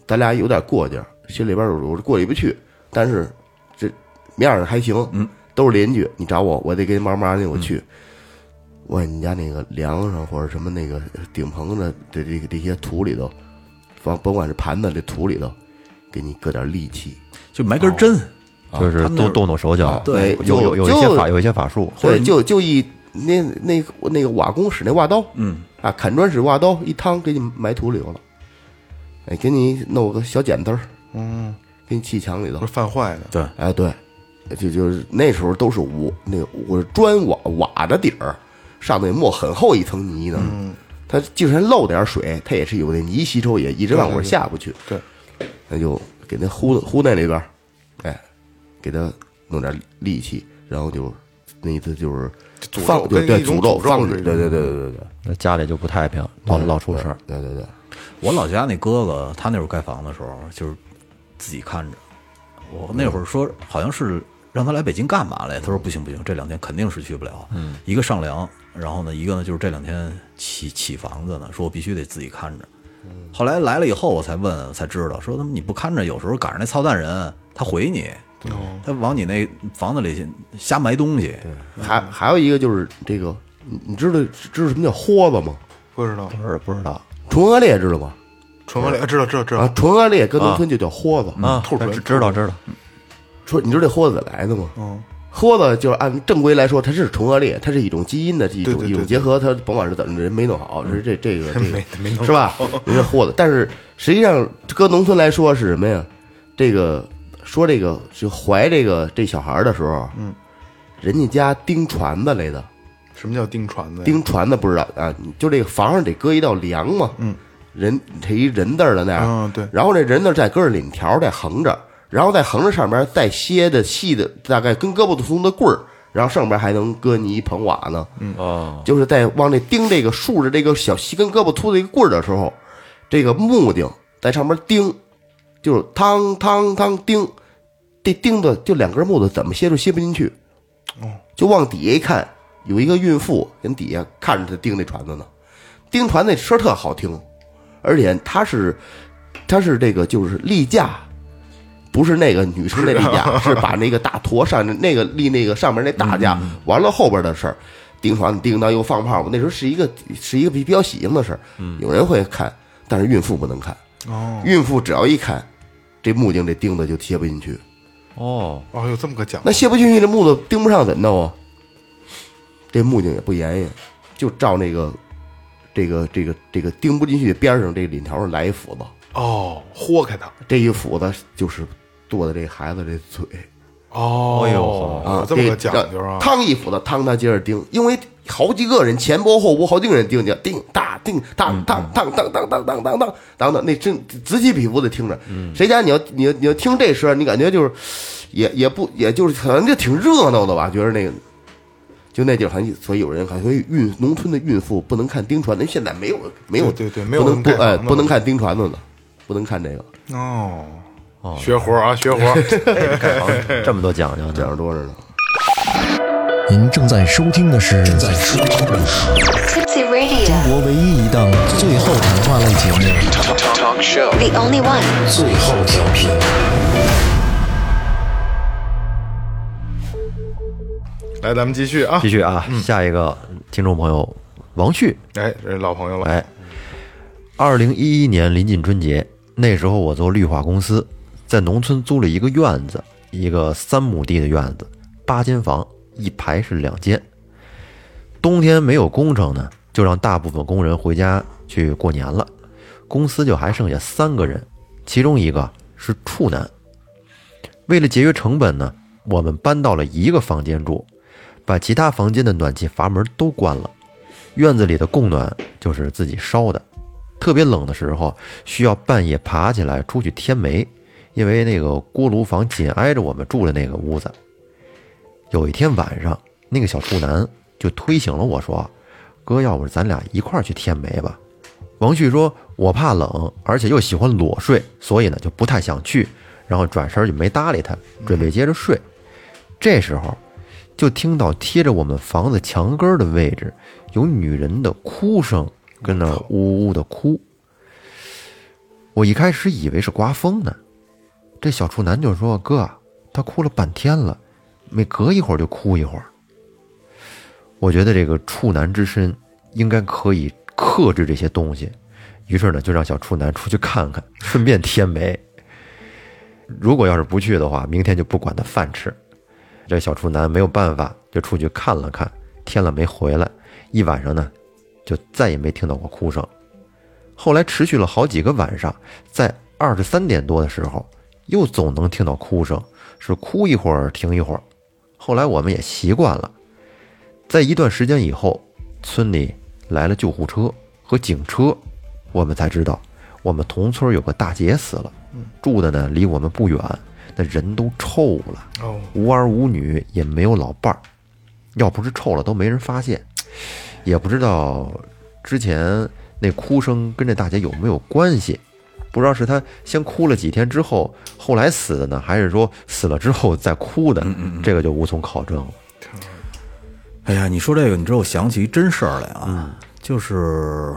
S2: 咱俩有点过节儿，心里边有有过意不去，但是这面儿上还行，嗯，都是邻居，你找我，我得给你慢慢的
S3: 嗯
S2: 我去。我你家那个梁上或者什么那个顶棚的这这个这些土里头，放甭管是盘子这土里头，给你搁点利器，
S5: 就埋
S2: 哦
S5: 根针，
S1: 就是
S5: 他们那
S1: 动
S5: 儿
S1: 动动手脚，
S2: 对
S1: 有有有一些
S2: 就
S1: 法有一些法术，
S2: 对，就就一那那个那个瓦工使那瓦刀，
S5: 嗯
S2: 啊，砍砖使瓦刀，一汤给你埋土里头了，哎，给你弄个小剪刀，嗯，给你砌墙里头
S3: 不是，犯坏的，
S2: 哎，对，就就是那时候都是我那个我是砖瓦瓦的底儿，上头也抹很厚一层泥呢，嗯，它就算漏点水，它也是有那泥吸收，也一直往我下不去，
S3: 对，
S2: 那就给那糊糊那里边儿，哎，给它弄点力气，然后就那意思就是
S3: 就诅咒
S2: 放对
S3: 跟
S2: 对
S3: 一种
S2: 诅咒
S3: 诅咒
S2: 放
S3: 是
S2: 对
S3: 一
S2: 对
S3: 种
S2: 对对对对对，
S1: 那家里就不太平，老老出事儿。
S2: 对对对，
S5: 我老家那哥哥，他那会儿盖房的时候，就是自己看着。我那会儿说，好像是让他来北京干嘛来？他说不行不行，这两天肯定是去不了。嗯，一个上梁，然后呢，一个呢就是这两天起起房子呢，说我必须得自己看着。
S2: 嗯
S5: 后来来了以后，我才问，才知道说他妈你不看着，有时候赶上那操蛋人，他回你，
S3: 哦
S5: 他往你那房子里瞎埋东西。
S3: 嗯
S2: 还还有一个就是这个，你你知道知道什么叫豁子吗？
S3: 不知道
S1: 不是不知道
S2: 唇腭裂知道吗？
S3: 唇腭裂，知道知道知
S2: 啊
S3: 道，，
S2: 唇腭裂搁农村就叫豁子
S1: 啊，
S3: 兔唇
S1: 知知道知道，
S2: 说你知道这豁子怎么来的吗？嗯，豁子就是按正规来说，它是唇腭裂，它是一种基因的一
S3: 对
S2: 种
S3: 对
S2: 一种
S3: 对嗯
S2: 结合，它甭管是怎么人没弄好，是这 这个这
S3: 没没弄
S2: 个是吧？人家豁子，但是实际上搁农村来说是什么呀？这个说这个就怀这个这小孩儿的时候，嗯，人家家钉船子来的，
S3: 什么叫钉船子呀？
S2: 钉船的不知道啊，你就这个房上得搁一道梁嘛，嗯，人这一人字儿的那样，
S3: 嗯对
S2: 然后这人字儿再搁着领条儿再横着，然后再横着上边儿再歇的细的，大概跟胳膊粗的棍儿，然后上边儿还能搁你一盆瓦呢，嗯，
S1: 哦，
S2: 就是在往这钉这个竖着这个小细跟胳膊粗的一个棍儿的时候，这个木钉在上面钉，就是汤汤汤钉，这钉子就两根木头怎么歇都歇不进去，就往底下一看，有一个孕妇跟底下看着她钉那船子呢，钉船那声儿特好听，而且他是他是这个就是例假，不是那个女生那例假，是把那个大坨上那个立那个上面那大架，完了后边的事儿。盯床叮当又放炮，我那时候是一个是一个比比较喜庆的事儿，有人会看，但是孕妇不能看。
S3: 哦，
S2: 孕妇只要一看，这木匠这钉子就切不进去，
S1: 哦，
S3: 哦，有这么个讲
S2: 那切不进去这木头钉不上怎么弄啊？这木匠也不严严，就照那个这个这个这个钉不进去边上这个领条上来一斧子，
S3: 哦，豁开它
S2: 这一斧子就是剁的这孩子这嘴
S3: 哦，
S1: 哎呦
S3: 有
S2: 啊，
S3: 这么个讲究啊，
S2: 汤一斧子，汤他接着钉，因为好几个人前拨后拨，好几个人钉去，钉大钉当当当当当当当当当当当，那真此起彼伏的听着。
S3: 嗯
S2: 谁家你要你要你要听这声，你感觉就是也也不也就是可能就挺热闹的吧，觉得那个。就那地儿，好像所以有人好像所以孕农村的孕妇不能看钉船，因为现在没有没有
S3: 对对对没有
S2: 不能不
S3: 那么盖
S2: 哎
S3: 房子
S2: 不能看钉船子了，不能看这个，
S3: 哦。学活啊，学活！
S1: 这么多讲究
S2: 两
S1: 呢，
S2: 着多着呢。
S6: 您正在收听的是正在收听的是
S7: Tipsy Radio,
S6: 中国唯一一档最后谈话类节目
S7: the only one.
S6: 最后调频。
S3: 来，咱们继续啊
S1: 继。续啊，下一个听众朋友王旭，
S3: 哎，这是老朋友了。
S1: 哎，二零一一年临近春节，那时候我做绿化公司，在农村租了一个院子，一个三亩地的院子，八间房，一排是两间。冬天没有工程呢，就让大部分工人回家去过年了，公司就还剩下三个人，其中一个是处男。为了节约成本呢，我们搬到了一个房间住，把其他房间的暖气阀门都关了。院子里的供暖就是自己烧的。特别冷的时候，需要半夜爬起来出去添煤，因为那个锅炉房紧挨着我们住的那个屋子。有一天晚上，那个小处男就推醒了我说：“哥，要不咱俩一块儿去添煤吧？”王旭说：“我怕冷，而且又喜欢裸睡，所以呢就不太想去。”然后转身就没搭理他，准备接着睡。这时候，就听到贴着我们房子墙根儿的位置有女人的哭声，跟那呜呜的哭。我一开始以为是刮风呢，这小处男就说：“哥，他哭了半天了，每隔一会儿就哭一会儿。”我觉得这个处男之身应该可以克制这些东西，于是呢，就让小处男出去看看，顺便添煤。如果要是不去的话，明天就不管他饭吃。这小处男没有办法，就出去看了看，天了没回来，一晚上呢，就再也没听到过哭声。后来持续了好几个晚上，在二十三点多的时候，又总能听到哭声，是哭一会儿停一会儿。后来我们也习惯了。在一段时间以后，村里来了救护车和警车，我们才知道，我们同村有个大姐死了，住的呢离我们不远，那人都臭了。
S3: 哦，
S1: 无儿无女，也没有老伴儿，要不是臭了都没人发现，也不知道之前那哭声跟这大姐有没有关系，不知道是她先哭了几天之后，后来死的呢，还是说死了之后再哭的，
S3: 嗯
S1: 这个就无从考证了。
S5: 哎呀，你说这个，你知道我想起一真事儿来啊，就是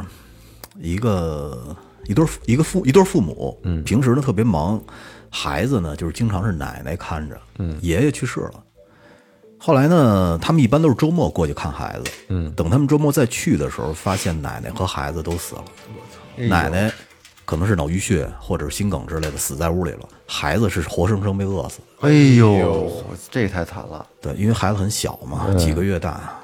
S5: 一个一对儿一个父一对儿父母，嗯，平时呢特别忙，孩子呢就是经常是奶奶看着，嗯，爷爷去世了。后来呢，他们一般都是周末过去看孩子，嗯，等他们周末再去的时候，发现奶奶和孩子都死了，奶奶可能是脑淤血或者是心梗之类的，死在屋里了，孩子是活生生被饿死的。
S1: 哎呦，这太惨了！
S5: 对，因为孩子很小嘛，几个月大，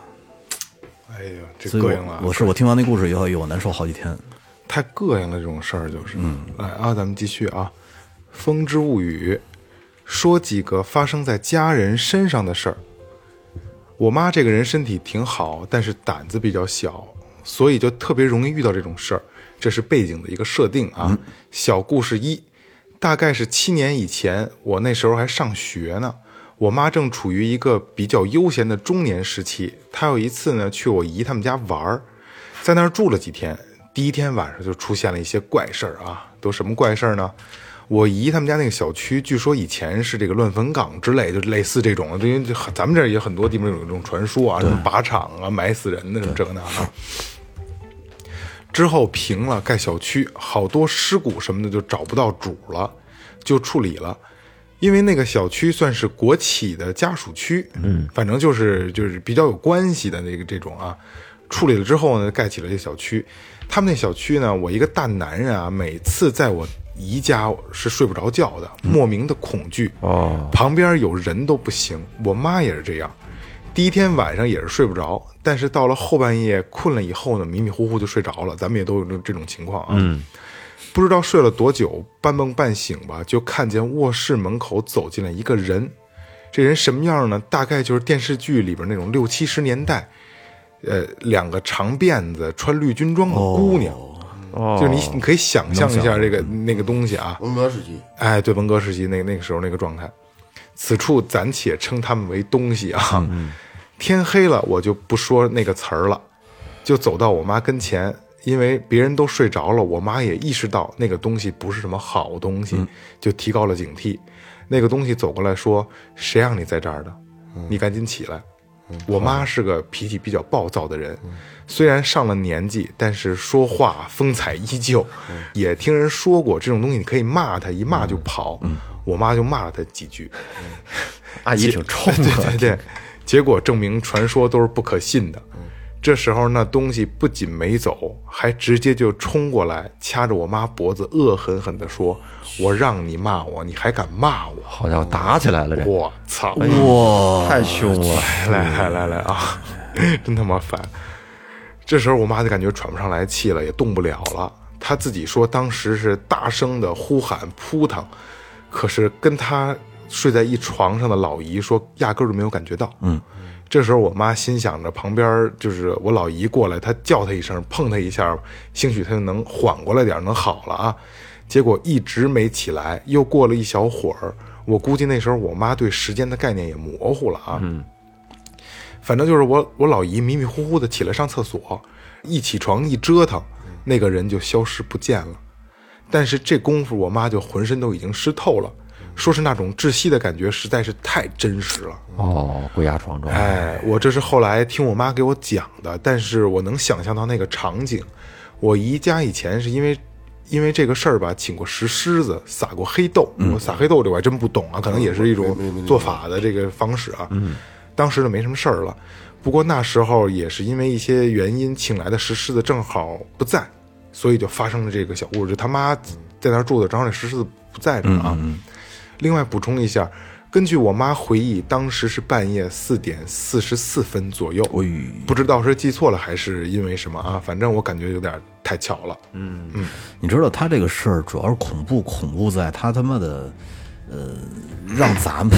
S3: 哎呦，这
S5: 所以
S3: 膈
S5: 我
S3: 应了，
S5: 我是我听完那故事以后，哎呦，我难受好几天。
S3: 太膈应了这种事儿，就是。来啊，咱们继续啊，《风之物语》说几个发生在家人身上的事儿。我妈这个人身体挺好，但是胆子比较小，所以就特别容易遇到这种事儿。这是背景的一个设定啊。小故事一，大概是七年以前，我那时候还上学呢。我妈正处于一个比较悠闲的中年时期。她有一次呢，去我姨他们家玩儿，在那儿住了几天。第一天晚上就出现了一些怪事儿啊，都什么怪事儿呢？我姨他们家那个小区，据说以前是这个乱坟岗之类，就类似这种，因为这咱们这儿也很多地方有这种传说啊，什么靶场啊、埋死人的什么这个那的。之后平了，盖小区，好多尸骨什么的就找不到主了，就处理了。因为那个小区算是国企的家属区，嗯，反正就是就是比较有关系的那个这种啊，处理了之后呢，盖起了这小区。他们那小区呢，我一个大男人啊，每次在我姨家是睡不着觉的，莫名的恐惧嗯哦，旁边有人都不行。我妈也是这样，第一天晚上也是睡不着，但是到了后半夜困了以后呢，迷迷糊糊就睡着了。咱们也都有这这种情况啊，嗯，不知道睡了多久，半梦半醒吧，就看见卧室门口走进来一个人。这人什么样呢？大概就是电视剧里边那种六七十年代，呃，两个长辫子、穿绿军装的姑娘。哦，就是你，你可以想象一下这个那个东西啊。
S2: 文革时期，
S3: 哎，对，文革时期那个那个时候那个状态。此处暂且称他们为东西啊。 天黑了，我就不说那个词儿了，就走到我妈跟前，因为别人都睡着了，我妈也意识到那个东西不是什么好东西，就提高了警惕。那个东西走过来说：“谁让你在这儿的？你赶紧起来。”我妈是个脾气比较暴躁的人，虽然上了年纪，但是说话风采依旧。也听人说过，这种东西你可以骂她，一骂就跑。
S1: 嗯
S3: 我妈就骂了她几句，
S1: 阿姨挺冲的，
S3: 对对对，结果证明传说都是不可信的。这时候那东西不仅没走，还直接就冲过来，掐着我妈脖子，恶狠狠地说：“我让你骂我，你还敢骂我？
S1: 好家伙，打起来了这，
S3: 我操！”
S1: 哇，太凶了，
S3: 来 来来来啊，真他妈烦！这时候我妈就感觉喘不上来气了，也动不了了。她自己说，当时是大声的呼喊扑腾，可是跟她睡在一床上的老姨说，压根儿就没有感觉到。嗯，这时候我妈心想着，旁边就是我老姨过来，她叫她一声，碰她一下，兴许她就能缓过来点儿，能好了啊。结果一直没起来，又过了一小会儿，我估计那时候我妈对时间的概念也模糊了啊。嗯，反正就是我我老姨迷迷糊糊的起来上厕所，一起床一折腾，那个人就消失不见了。但是这功夫，我妈就浑身都已经湿透了，说是那种窒息的感觉，实在是太真实了。
S1: 哦，鬼压床状，
S3: 哎，我这是后来听我妈给我讲的，但是我能想象到那个场景。我姨家以前是因为因为这个事儿吧，请过石狮子，撒过黑豆。我撒黑豆这我还真不懂啊，可能也是一种做法的这个方式啊。嗯，当时就没什么事儿了。不过那时候也是因为一些原因，请来的石狮子正好不在，所以就发生了这个小故事。他妈在那儿住的，正好那石狮子不在这儿啊。
S1: 嗯
S3: 另外补充一下，根据我妈回忆，当时是半夜四点四十四分左右，
S1: 哎
S3: 不知道是记错了还是因为什么啊，反正我感觉有点太巧了。
S5: 你知道他这个事儿主要是恐怖，恐怖在他他妈的，呃，让咱们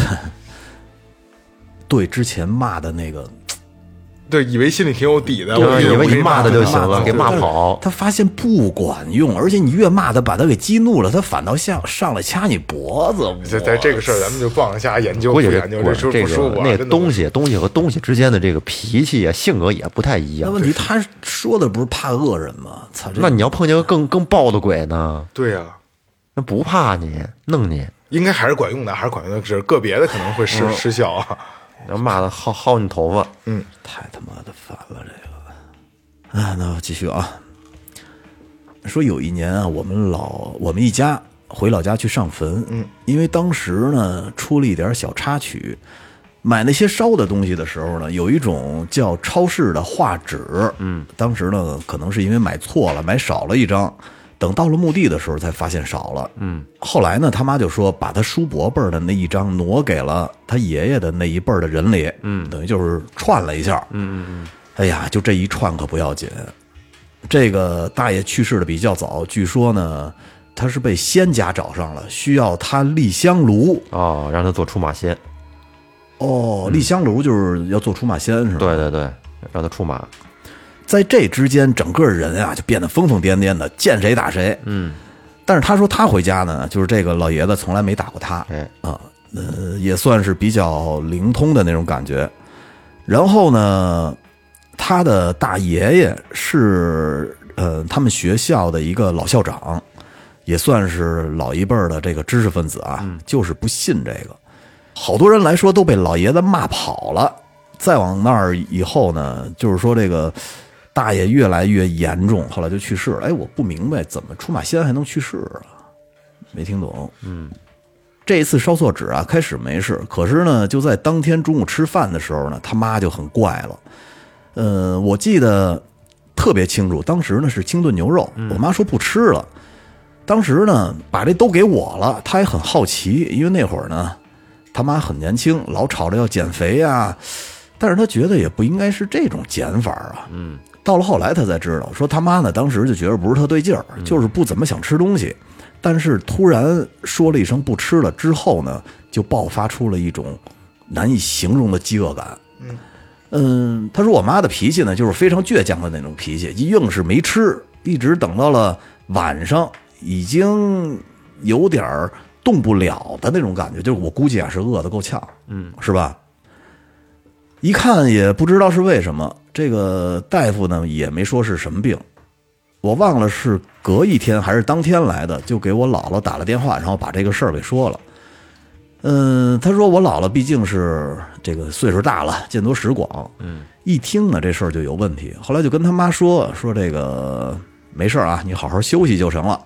S5: 对之前骂的那个，
S3: 对，以为心里挺有底的，
S1: 对
S3: 我
S1: 以为
S3: 我
S1: 你骂他就行
S3: 骂
S1: 了，给骂
S3: 哦
S1: 跑。
S5: 他发现不管用，而且你越骂他，把他给激怒了，他反倒像上来掐你脖子。
S3: 在在这个事儿，咱们就不往下研究，
S1: 估
S3: 不
S1: 计
S3: 研究
S1: 我
S3: 事儿
S1: 这
S3: 不舒
S1: 个
S3: 服啊。
S1: 那
S3: 真
S1: 个
S3: 的
S1: 东西，东西和东西之间的这个脾气啊、性格也不太一
S5: 那
S1: 样。
S5: 问题他说的不是怕恶人吗？操，这
S1: 那你要碰见个更更暴的鬼呢，
S3: 对呀，
S1: 那不怕你，弄你，
S3: 应该还是管用的，还是管用的，只是个别的可能会
S1: 嗯
S3: 失失效啊。
S1: 然后骂的薅薅你头发。
S5: 太他妈的烦了，这个。啊，那我继续啊。说有一年啊，我们老我们一家回老家去上坟，嗯，因为当时呢出了一点小插曲，买那些烧的东西的时候呢，有一种叫超市的画纸，嗯，当时呢可能是因为买错了，买少了一张，等到了墓地的时候才发现少了，嗯，后来呢他妈就说把他叔伯辈儿的那一张挪给了他爷爷的那一辈儿的人里，嗯，等于就是串了一下，嗯嗯嗯，哎呀，就这一串可不要紧，这个大爷去世的比较早，据说呢，他是被仙家找上了，需要他立香炉。
S1: 哦，让他做出马仙，
S5: 哦，立香炉就是要做出马仙是吧？，
S1: 对对对，让他出马。
S5: 在这之间，整个人啊就变得疯疯癫癫的，见谁打谁。嗯，但是他说他回家呢，就是这个老爷子从来没打过他。
S1: 哎，
S5: 啊，呃，也算是比较灵通的那种感觉。然后呢，他的大爷爷是呃他们学校的一个老校长，也算是老一辈儿的这个知识分子啊，就是不信这个。好多人来说都被老爷子骂跑了。再往那儿以后呢，就是说这个大爷越来越严重，后来就去世了。哎，我不明白怎么出马仙还能去世啊？没听懂。嗯，这一次烧错纸啊，开始没事，可是呢，就在当天中午吃饭的时候呢，他妈就很怪了。呃，我记得特别清楚，当时呢是清炖牛肉，我妈说不吃了。当时呢，把这都给我了，她也很好奇，因为那会儿呢，他妈很年轻，老吵着要减肥啊，但是她觉得也不应该是这种减法啊。嗯，到了后来她才知道，说他妈呢，当时就觉得不是特对劲儿，就是不怎么想吃东西，但是突然说了一声不吃了之后呢，就爆发出了一种难以形容的饥饿感。嗯，他说我妈的脾气呢，就是非常倔强的那种脾气，硬是没吃，一直等到了晚上，已经有点儿动不了的那种感觉，就是我估计啊是饿得够呛，嗯，是吧？一看也不知道是为什么，这个大夫呢也没说是什么病，我忘了是隔一天还是当天来的，就给我姥姥打了电话，然后把这个事儿给说了。嗯，他说我姥姥毕竟是这个岁数大了，见多识广，嗯，一听呢这事儿就有问题。后来就跟他妈说说这个没事儿啊，你好好休息就成了。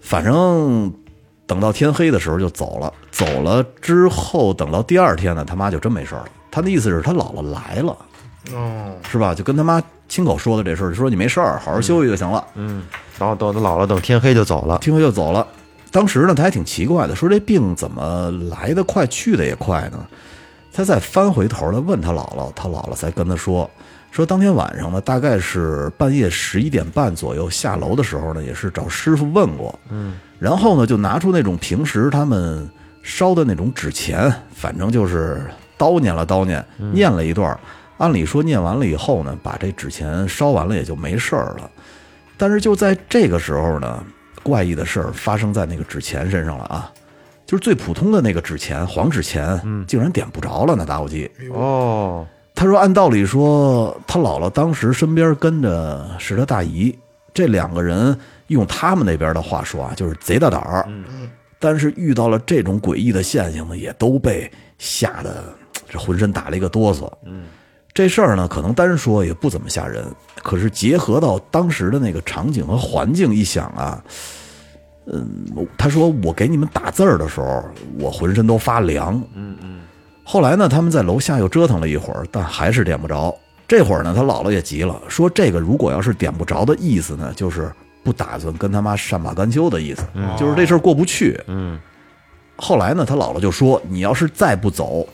S5: 反正等到天黑的时候就走了，走了之后等到第二天呢，他妈就真没事儿了。他的意思是，他姥姥来了，哦，是吧？就跟他妈亲口说的这事儿，就说你没事儿，好好休息就行了。
S1: 然后等他老了，等天黑就走了。
S5: 听说就走了。当时呢，他还挺奇怪的，说这病怎么来得快，去得也快呢？他再翻回头来问他姥姥，他姥姥才跟他说，说当天晚上呢，大概是半夜十一点半左右下楼的时候呢，也是找师傅问过，嗯，然后呢就拿出那种平时他们烧的那种纸钱，反正就是叨念了叨念，念了一段儿，按理说念完了以后呢，把这纸钱烧完了也就没事儿了。但是就在这个时候呢，怪异的事儿发生在那个纸钱身上了啊！就是最普通的那个纸钱，黄纸钱，竟然点不着了呢，打火机。
S1: 哦，
S5: 他说，按道理说，他姥姥当时身边跟着是他大姨，这两个人用他们那边的话说啊，就是贼大胆儿。但是遇到了这种诡异的现象呢，也都被吓得这浑身打了一个哆嗦。这事儿呢，可能单说也不怎么吓人，可是结合到当时的那个场景和环境一想啊，嗯，他说我给你们打字儿的时候，我浑身都发凉。嗯嗯。后来呢，他们在楼下又折腾了一会儿，但还是点不着。这会儿呢，他姥姥也急了，说这个如果要是点不着的意思呢，就是不打算跟他妈善罢甘休的意思，就是这事儿过不去。后来呢，他姥姥就说：“你要是再不走，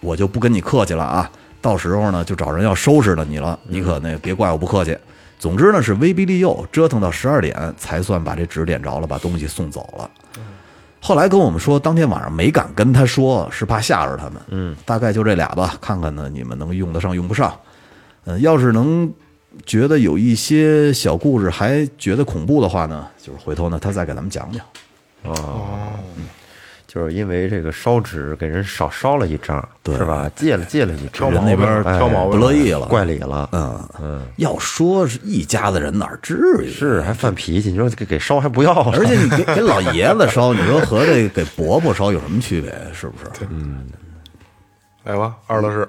S5: 我就不跟你客气了啊！到时候呢，就找人要收拾了你了，你可那别怪我不客气。”总之呢，是威逼利诱，折腾到十二点才算把这纸点着了，把东西送走了。后来跟我们说，当天晚上没敢跟他说，是怕吓着他们。嗯，大概就这俩吧，看看呢你们能用得上用不上。嗯，要是能觉得有一些小故事还觉得恐怖的话呢，就是回头呢他再给咱们讲讲。
S1: 就是因为这个烧纸给人少烧了一张，
S5: 对
S1: 是吧？借了借了一张，
S3: 挑毛病
S1: 哎
S3: 挑毛病
S5: 不乐意了，
S1: 怪理了，
S5: 嗯嗯，要说是一家子人哪儿至于？
S1: 是还犯脾气，你说给给烧还不要了，
S5: 而且你给给老爷子烧，你说和这给伯伯烧有什么区别？是不是？
S3: 来吧，二老师，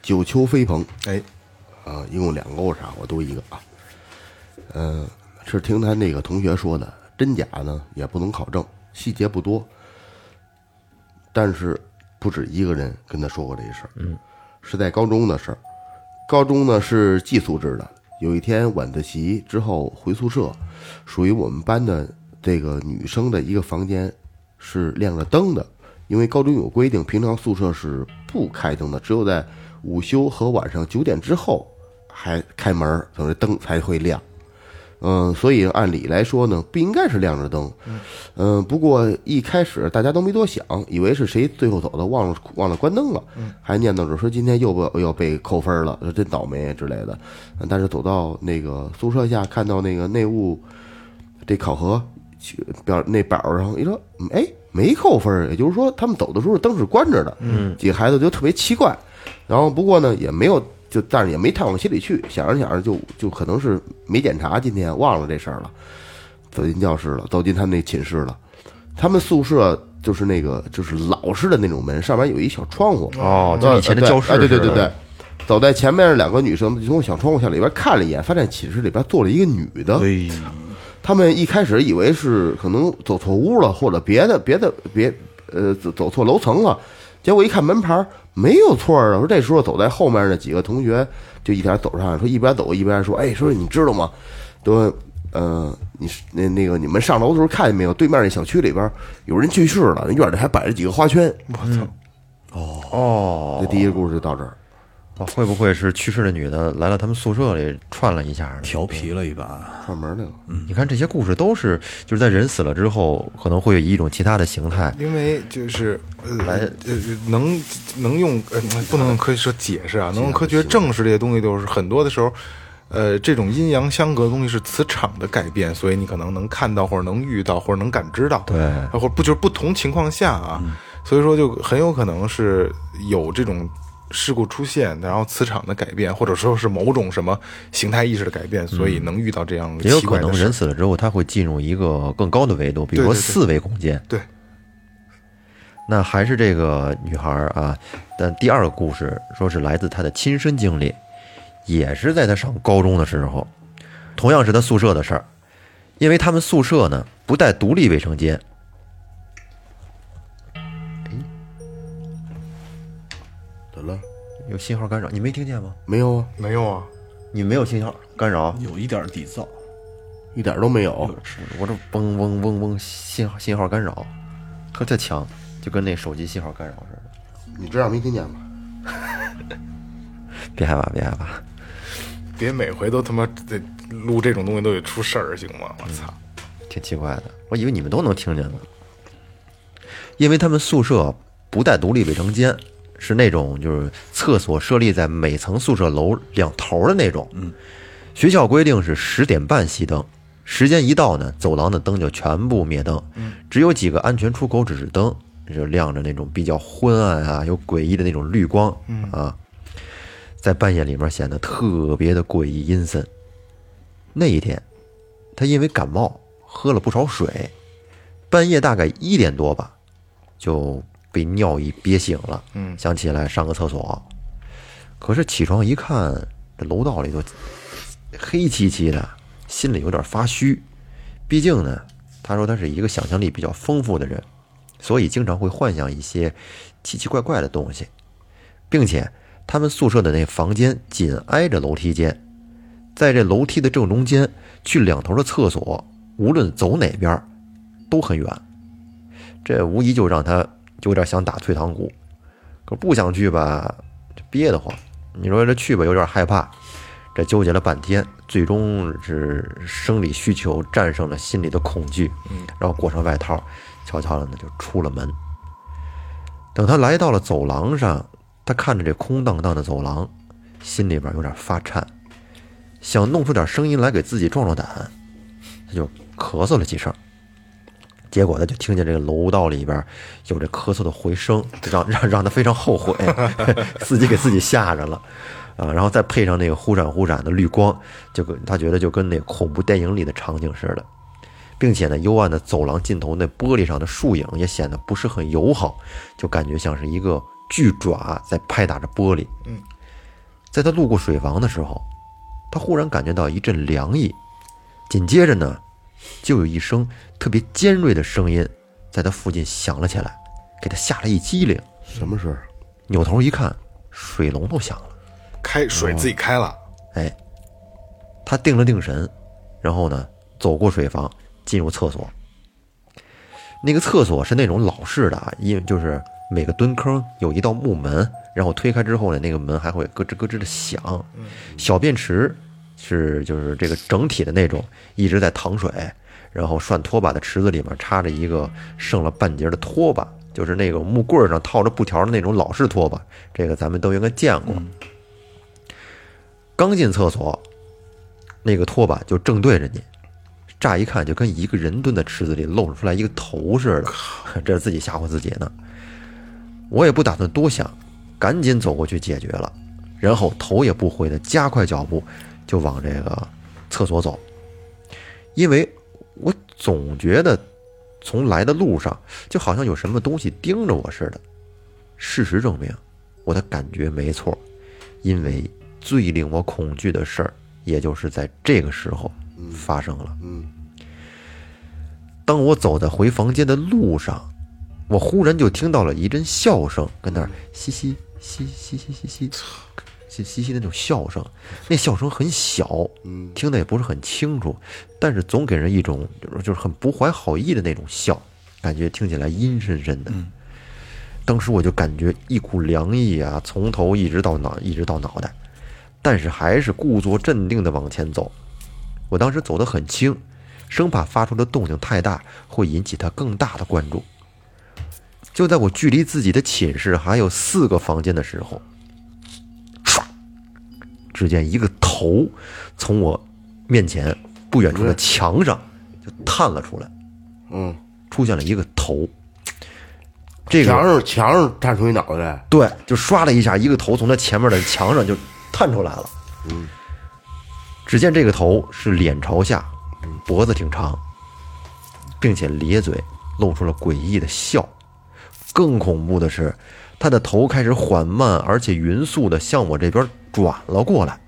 S2: 九丘飞鹏，
S3: 哎，
S2: 啊，一共两个我啥，我读一个啊。嗯、是听他那个同学说的，真假呢也不能考证，细节不多。但是不止一个人跟他说过这事儿，嗯，是在高中的事儿。高中呢是寄宿制的，有一天晚自习之后回宿舍，属于我们班的这个女生的一个房间是亮着灯的，因为高中有规定，平常宿舍是不开灯的，只有在午休和晚上九点之后还开门儿，等这灯才会亮。嗯，所以按理来说呢，不应该是亮着灯。嗯，不过一开始大家都没多想，以为是谁最后走的，忘了忘了关灯了，还念叨着说今天又不又被扣分了，说真倒霉之类的。嗯但是走到那个宿舍下，看到那个内务这考核去表那表上一说，嗯哎，没扣分儿，也就是说他们走的时候灯是关着的。嗯，几个孩子就特别奇怪，然后不过呢也没有就，但是也没太往心里去，想着想着就就可能是没检查，今天忘了这事儿了，走进教室了，走进他们那寝室了，他们宿舍。就是那个，就是老式的那种门，上面有一小窗户
S1: 哦就以前的教室
S5: 啊
S2: 哎对对
S1: 似
S2: 对
S1: 的
S2: 对，走在前面的两个女生就从小窗户向里边看了一眼，发现寝室里边坐了一个女
S1: 哎
S2: 的。他们一开始以为是可能走错屋了，或者别的别的别呃走走错楼层了，结果一看门牌儿没有错儿啊。说这时候走在后面的几个同学就一点走上来，说一边走一边说：“哎，说你知道吗？都呃，你是那那个你们上楼的时候看见没有？对面那小区里边有人去世了，那院里还摆着几个花圈。”
S1: 哦
S2: 这，第一个故事就到这儿。
S1: 哦会不会是去世的女的来到他们宿舍里串了一下呢？
S5: 调皮了一把，
S2: 串门儿那个，
S1: 你看这些故事都是，就是在人死了之后，可能会以一种其他的形态。
S3: 因为就是呃呃能能用呃不能用科学解释啊，能用科学证实这些东西，就是很多的时候，呃，这种阴阳相隔的东西是磁场的改变，所以你可能能看到或者能遇到或者能感知到，
S1: 对嗯
S3: 啊或者不就是不同情况下啊，所以说就很有可能是有这种。事故出现，然后磁场的改变，或者说是某种什么形态意识的改变，所以能遇到这样
S1: 嗯也有
S3: 奇
S1: 可
S3: 怪
S1: 能
S3: 的事
S1: 人。死了之后，他会进入一个更高的维度，比如说
S3: 对对对
S1: 四维空间。
S3: 对，
S1: 那还是这个女孩儿啊，但第二个故事说是来自她的亲身经历，也是在她上高中的时候，同样是她宿舍的事儿，因为他们宿舍呢不带独立卫生间。
S2: 怎么了？
S1: 有信号干扰，你没听见吗？
S2: 没有啊，
S3: 没有啊，
S1: 你没有信号干扰，
S5: 有一点底噪，
S2: 一点儿都没有。
S1: 我这嗡嗡嗡嗡信号信号干扰，特特强，就跟那手机信号干扰似的。
S2: 你这样没听见吗？
S1: 别害怕，别害怕。
S3: 别每回都他妈得录这种东西都得出事儿，行吗？我操！
S1: 挺奇怪的，我以为你们都能听见呢。因为他们宿舍不带独立卫生间，是那种就是厕所设立在每层宿舍楼两头的那种。嗯，学校规定是十点半熄灯，时间一到呢，走廊的灯就全部灭灯，只有几个安全出口指示灯就亮着那种比较昏暗啊、有诡异的那种绿光啊，在半夜里面显得特别的诡异阴森。那一天，他因为感冒喝了不少水，半夜大概一点多吧，就被尿意憋醒了。嗯，想起来上个厕所，可是起床一看，这楼道里头黑漆漆的，心里有点发虚。毕竟呢，他说他是一个想象力比较丰富的人，所以经常会幻想一些奇奇怪怪的东西，并且他们宿舍的那房间紧挨着楼梯间，在这楼梯的正中间，去两头的厕所，无论走哪边儿都很远，这无疑就让他有点想打退堂鼓，可不想去吧，这憋得慌。你说这去吧，有点害怕，这纠结了半天，最终是生理需求战胜了心里的恐惧，然后裹上外套，悄悄的呢就出了门。等他来到了走廊上，他看着这空荡荡的走廊，心里边有点发颤，想弄出点声音来给自己壮壮胆，他就咳嗽了几声。结果他就听见这个楼道里边有这咳嗽的回声，让让让他非常后悔， 自己给自己吓着了啊！然后再配上那个忽闪忽闪的绿光，就跟他觉得就跟那恐怖电影里的场景似的，并且呢，幽暗的走廊尽头那玻璃上的树影也显得不是很友好，就感觉像是一个巨爪在拍打着玻璃。嗯，在他路过水房的时候，他忽然感觉到一阵凉意，紧接着呢，就有一声特别尖锐的声音在他附近响了起来，给他吓了一激灵。
S2: 什么事儿？
S1: 扭头一看，水龙头响了。
S3: 开
S1: 哦
S3: 水自己开了，
S1: 哎，他定了定神，然后呢，走过水房，进入厕所。那个厕所是那种老式的啊，因为就是每个蹲坑有一道木门，然后推开之后呢，那个门还会咯吱咯吱的响。小便池是就是这个整体的那种，一直在淌水，然后涮拖把的池子里面插着一个剩了半截的拖把，就是那个木棍儿上套着布条的那种老式拖把，这个咱们都应该见过。刚进厕所，那个拖把就正对着你，乍一看就跟一个人蹲在池子里露出来一个头似的， 这是自己吓唬自己呢。我也不打算多想，赶紧走过去解决了，然后头也不回的加快脚步就往这个厕所走，因为我总觉得从来的路上就好像有什么东西盯着我似的。事实证明，我的感觉没错，因为最令我恐惧的事儿，也就是在这个时候发生了。嗯，当我走在回房间的路上，我忽然就听到了一阵笑声，跟那儿嘻嘻嘻嘻嘻嘻嘻，嘻嘻嘻那种笑声，那笑声很小，听得也不是很清楚，但是总给人一种就是就是很不怀好意的那种笑，感觉听起来阴森森的。当时我就感觉一股凉意啊，从头一直到脑，一直到脑袋，但是还是故作镇定的往前走。我当时走得很轻，生怕发出的动静太大，会引起他更大的关注。就在我距离自己的寝室还有四个房间的时候，唰，只见一个头从我面前不远处的墙上就探了出来，
S2: 嗯，
S1: 出现了一个头。这个
S2: 墙上墙上探出一脑袋，
S1: 对，就唰的一下，一个头从他前面的墙上就探出来了。嗯，只见这个头是脸朝下，脖子挺长，并且咧嘴露出了诡异的笑。更恐怖的是，他的头开始缓慢而且匀速的向我这边转了过来。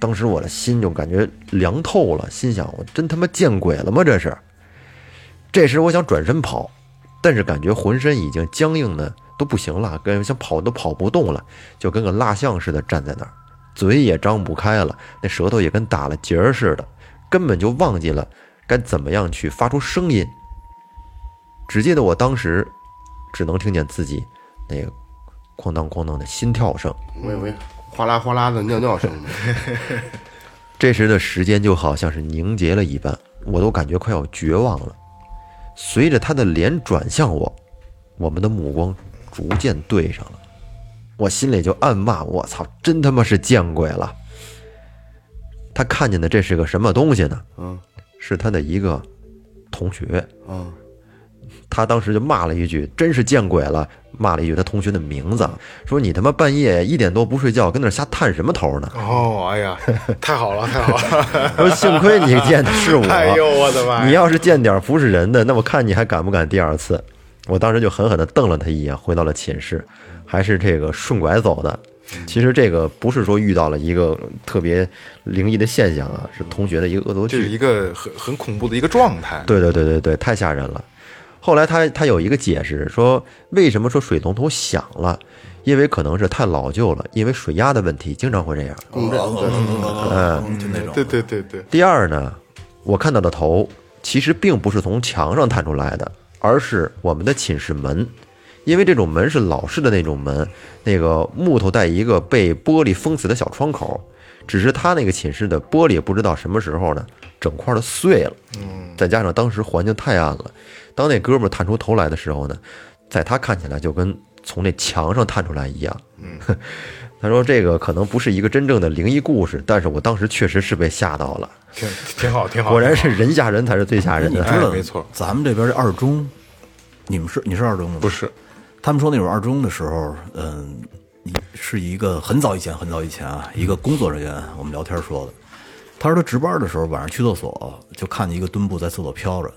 S1: 当时我的心就感觉凉透了，心想我真他妈见鬼了吗？这是。这时我想转身跑，但是感觉浑身已经僵硬的都不行了，跟想跑都跑不动了，就跟个蜡像似的站在那儿，嘴也张不开了，那舌头也跟打了结儿似的，根本就忘记了该怎么样去发出声音。只记得我当时只能听见自己那个哐当哐当的心跳声，
S2: 我以为哗啦哗啦的尿尿声呢。
S1: 这时的时间就好像是凝结了一般，我都感觉快要绝望了。随着他的脸转向我，我们的目光逐渐对上了，我心里就暗骂：“我操，真他妈是见鬼了！”他看见的这是个什么东西呢？嗯，是他的一个同学。嗯， 他当时就骂了一句：“真是见鬼了！”骂了一句他同学的名字，说：“你他妈半夜一点多不睡觉，跟那儿瞎探什么头呢？”
S3: 哦，哎呀，太好了，太好了！
S1: 说幸亏你见的 是我，
S3: 哎呦我的妈呀
S1: 你要是见点儿不是人的，那我看你还敢不敢第二次？我当时就狠狠地瞪了他一眼，回到了寝室，还是这个顺拐走的。其实这个不是说遇到了一个特别灵异的现象啊，是同学的一个恶作
S3: 这是
S1: 剧。
S3: 一个很很恐怖的一个状态。
S1: 对对对对对，太吓人了。后来他他有一个解释，说为什么说水龙头响了，因为可能是太老旧了，因为水压的问题经常会这样。
S2: 共振，
S5: 嗯，就那种，
S3: 对对对对，
S1: 第二呢，我看到的头其实并不是从墙上探出来的，而是我们的寝室门，因为这种门是老式的那种门，那个木头带一个被玻璃封死的小窗口，只是他那个寝室的玻璃不知道什么时候呢，整块的碎了，嗯，再加上当时环境太暗了，当那哥们儿探出头来的时候呢，在他看起来就跟从那墙上探出来一样， 他说：“这个可能不是一个真正的灵异故事，但是我当时确实是被吓到了。
S3: 挺挺好，挺好。
S1: 果然是人吓人才是最吓人
S5: 你
S1: 的。
S5: 知道、
S3: 哎没错
S5: 咱们这边这二中，你们是你是二中的吗？
S3: 不是，
S5: 他们说那会儿二中的时候，嗯，一是一个很早以前很早以前啊，
S3: 嗯
S5: 一个工作人员我们聊天说的，他说他值班的时候晚上去厕所就看见一个墩布在厕所飘着，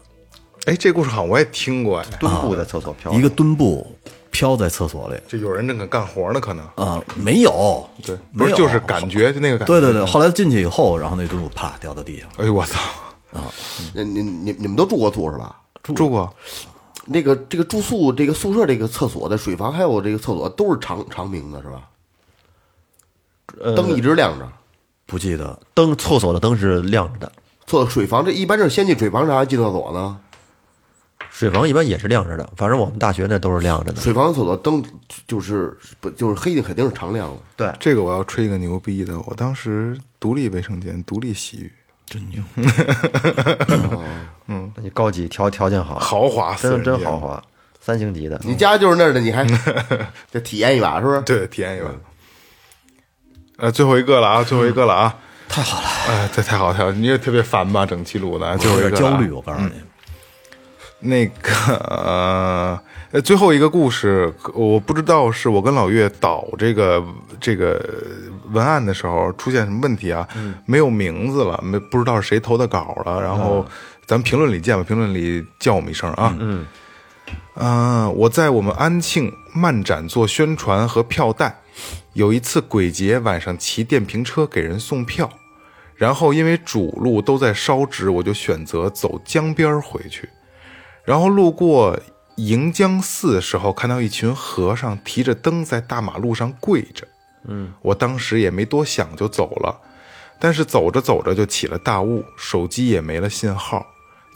S3: 哎，这故事好像我也听过，哎，
S1: 蹲布在厕所飘，
S5: 一个墩布飘在厕所里
S3: 这有人正在干活呢，可能
S5: 啊、没有，
S3: 对，不
S5: 没
S3: 是
S5: 有，
S3: 就是感觉就那个感觉。
S5: 对对对，后来进去以后，然后那墩布啪掉到地上了，
S3: 哎呦我操，
S2: 你你你你们都住过宿是吧？
S3: 住过
S2: 那个这个住宿这个宿舍这个厕所的水房还有这个厕所都是长长明的是吧？灯一直亮着，
S5: 不记得
S1: 灯厕所的灯是亮着的，
S2: 厕水房这一般是先进水房啥进厕所呢？
S1: 水房一般也是亮着的。反正我们大学那都是亮着的。
S2: 水房厕所灯就是不就是黑的肯定是常亮的。
S1: 对，
S3: 这个，我要吹一个牛逼的，我当时独立卫生间，独立洗浴，
S1: 那你高级条条件好，
S3: 豪华死
S1: 真
S3: 人
S1: 真
S3: 间
S1: 豪华，三星级的。
S2: 你家就是那儿的， 你还得体验一把是不是？
S3: 对，体验一把。呃，最后一个了啊，最后一个了啊，太好了，哎，这太好了，太好了，你也特别烦吧？整期录的，最后
S5: 有
S3: 一个
S5: 点
S3: 了啊
S5: 焦虑，我告诉你。
S3: 那个呃，呃最后一个故事，我不知道是我跟老岳导这个这个文案的时候出现什么问题啊？没有名字了，没不知道是谁投的稿了。然后咱们评论里见吧，评论里叫我们一声啊。呃嗯，啊，我在我们安庆漫展做宣传和票代。有一次鬼节晚上骑电瓶车给人送票，然后因为主路都在烧纸，我就选择走江边儿回去。然后路过盈江寺时候，看到一群和尚提着灯在大马路上跪着。嗯，我当时也没多想就走了，但是走着走着就起了大雾，手机也没了信号，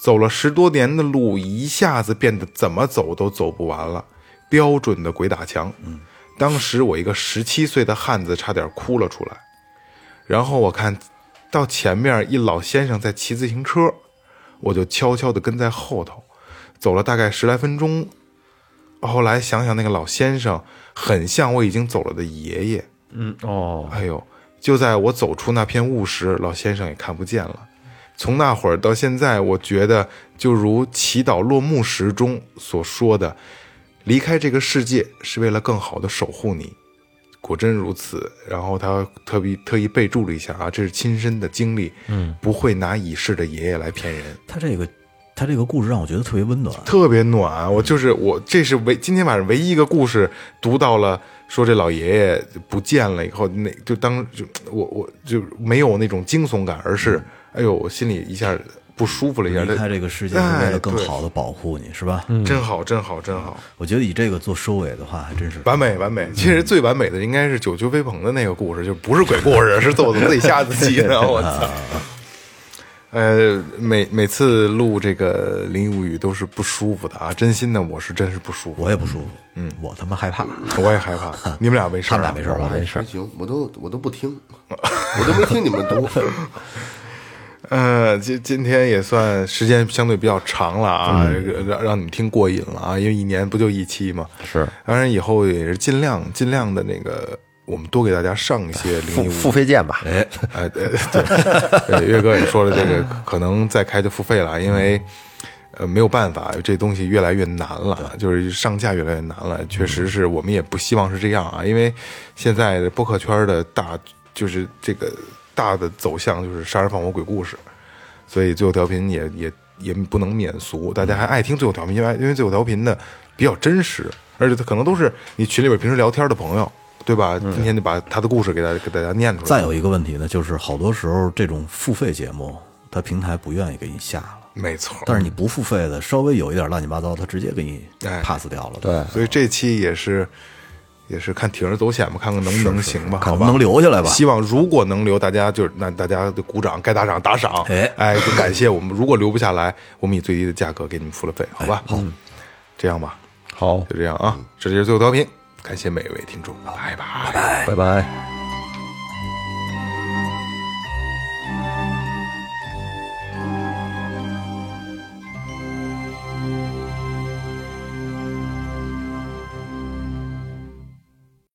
S3: 走了十多年的路一下子变得怎么走都走不完了，标准的鬼打墙。嗯，当时我一个十七岁的汉子差点哭了出来。然后我看到前面一老先生在骑自行车，我就悄悄地跟在后头，走了大概十来分钟。后来想想，那个老先生很像我已经走了的爷爷。
S1: 嗯，哦，
S3: 哎呦，就在我走出那片雾时，老先生也看不见了。从那会儿到现在，我觉得就如祈祷落幕时中所说的，离开这个世界是为了更好的守护你。果真如此。然后他特别特意备注了一下啊，这是亲身的经历，嗯，不会拿已逝的爷爷来骗人，
S5: 他这个他这个故事让我觉得特别温暖。
S3: 特别暖。我就是我，这是唯今天晚上唯一一个故事读到了，说这老爷爷不见了以后，那就当就我我就没有那种惊悚感，而
S5: 嗯
S3: 是、哎呦，我心里一下不舒服了一下。
S5: 离开这个世界是为
S3: 哎
S5: 了更
S3: 对嗯
S5: 好的保护你，是吧？
S3: 真好，真好，真好。
S5: 我觉得以这个做收尾的话，还真是
S3: 完美完美，其实最完美的应该是九曲飞鹏的那个故事，就不是鬼故事，是我自己吓自己的。我操！呃，每每次录这个《灵异物语》都是不舒服的啊，真心的，我是真是不舒服，
S5: 我也不舒服，嗯，我他妈害怕，
S3: 我也害怕。你们俩没事、
S5: 他
S3: 啊？
S5: 们俩没事吧？
S1: 没事
S2: 还。行，我都我都不听，我都没听你们读。
S3: 呃，今今天也算时间相对比较长了啊，让让你们听过瘾了啊，因为一年不就一期嘛。
S1: 是，
S3: 当然以后也是尽量尽量的那个，我们多给大家上一些灵异
S1: 付
S3: 物
S1: 付费见吧，
S5: 哎，
S3: 哎，对对，对岳哥也说了，这个可能再开就付费了，因为呃没有办法，这东西越来越难了，就是上架越来越难了，确实是我们也不希望是这样啊，因为现在播客圈的大就是这个大的走向就是杀人放火鬼故事，所以最后调频也也也不能免俗，大家还爱听最后调频，因为因为最后调频呢比较真实，而且他可能都是你群里边平时聊天的朋友。对吧？今天就把他的故事给大家给大家念出来。
S5: 再有一个问题呢，就是好多时候这种付费节目，它平台不愿意给你下了。
S3: 没错，
S5: 但是你不付费的，稍微有一点乱七八糟，它直接给你
S3: 哎
S5: pass 掉了。对，
S3: 所以这期也是也是看铤而走险吧，看看能不能行吧，好
S5: 看能
S3: 吧
S5: 不能留下来吧。
S3: 希望如果能留，大家就是那大家就鼓掌，该打赏打赏，
S5: 哎
S3: 哎，就感谢我们。如果留不下来，我们以最低的价格给你们付了费，好
S5: 哎
S3: 吧？好，
S5: 嗯
S3: 这样吧，
S1: 好，
S3: 就这样啊，这就是最后调频，感谢每一位听众，拜拜。
S1: 拜拜。
S5: 拜拜。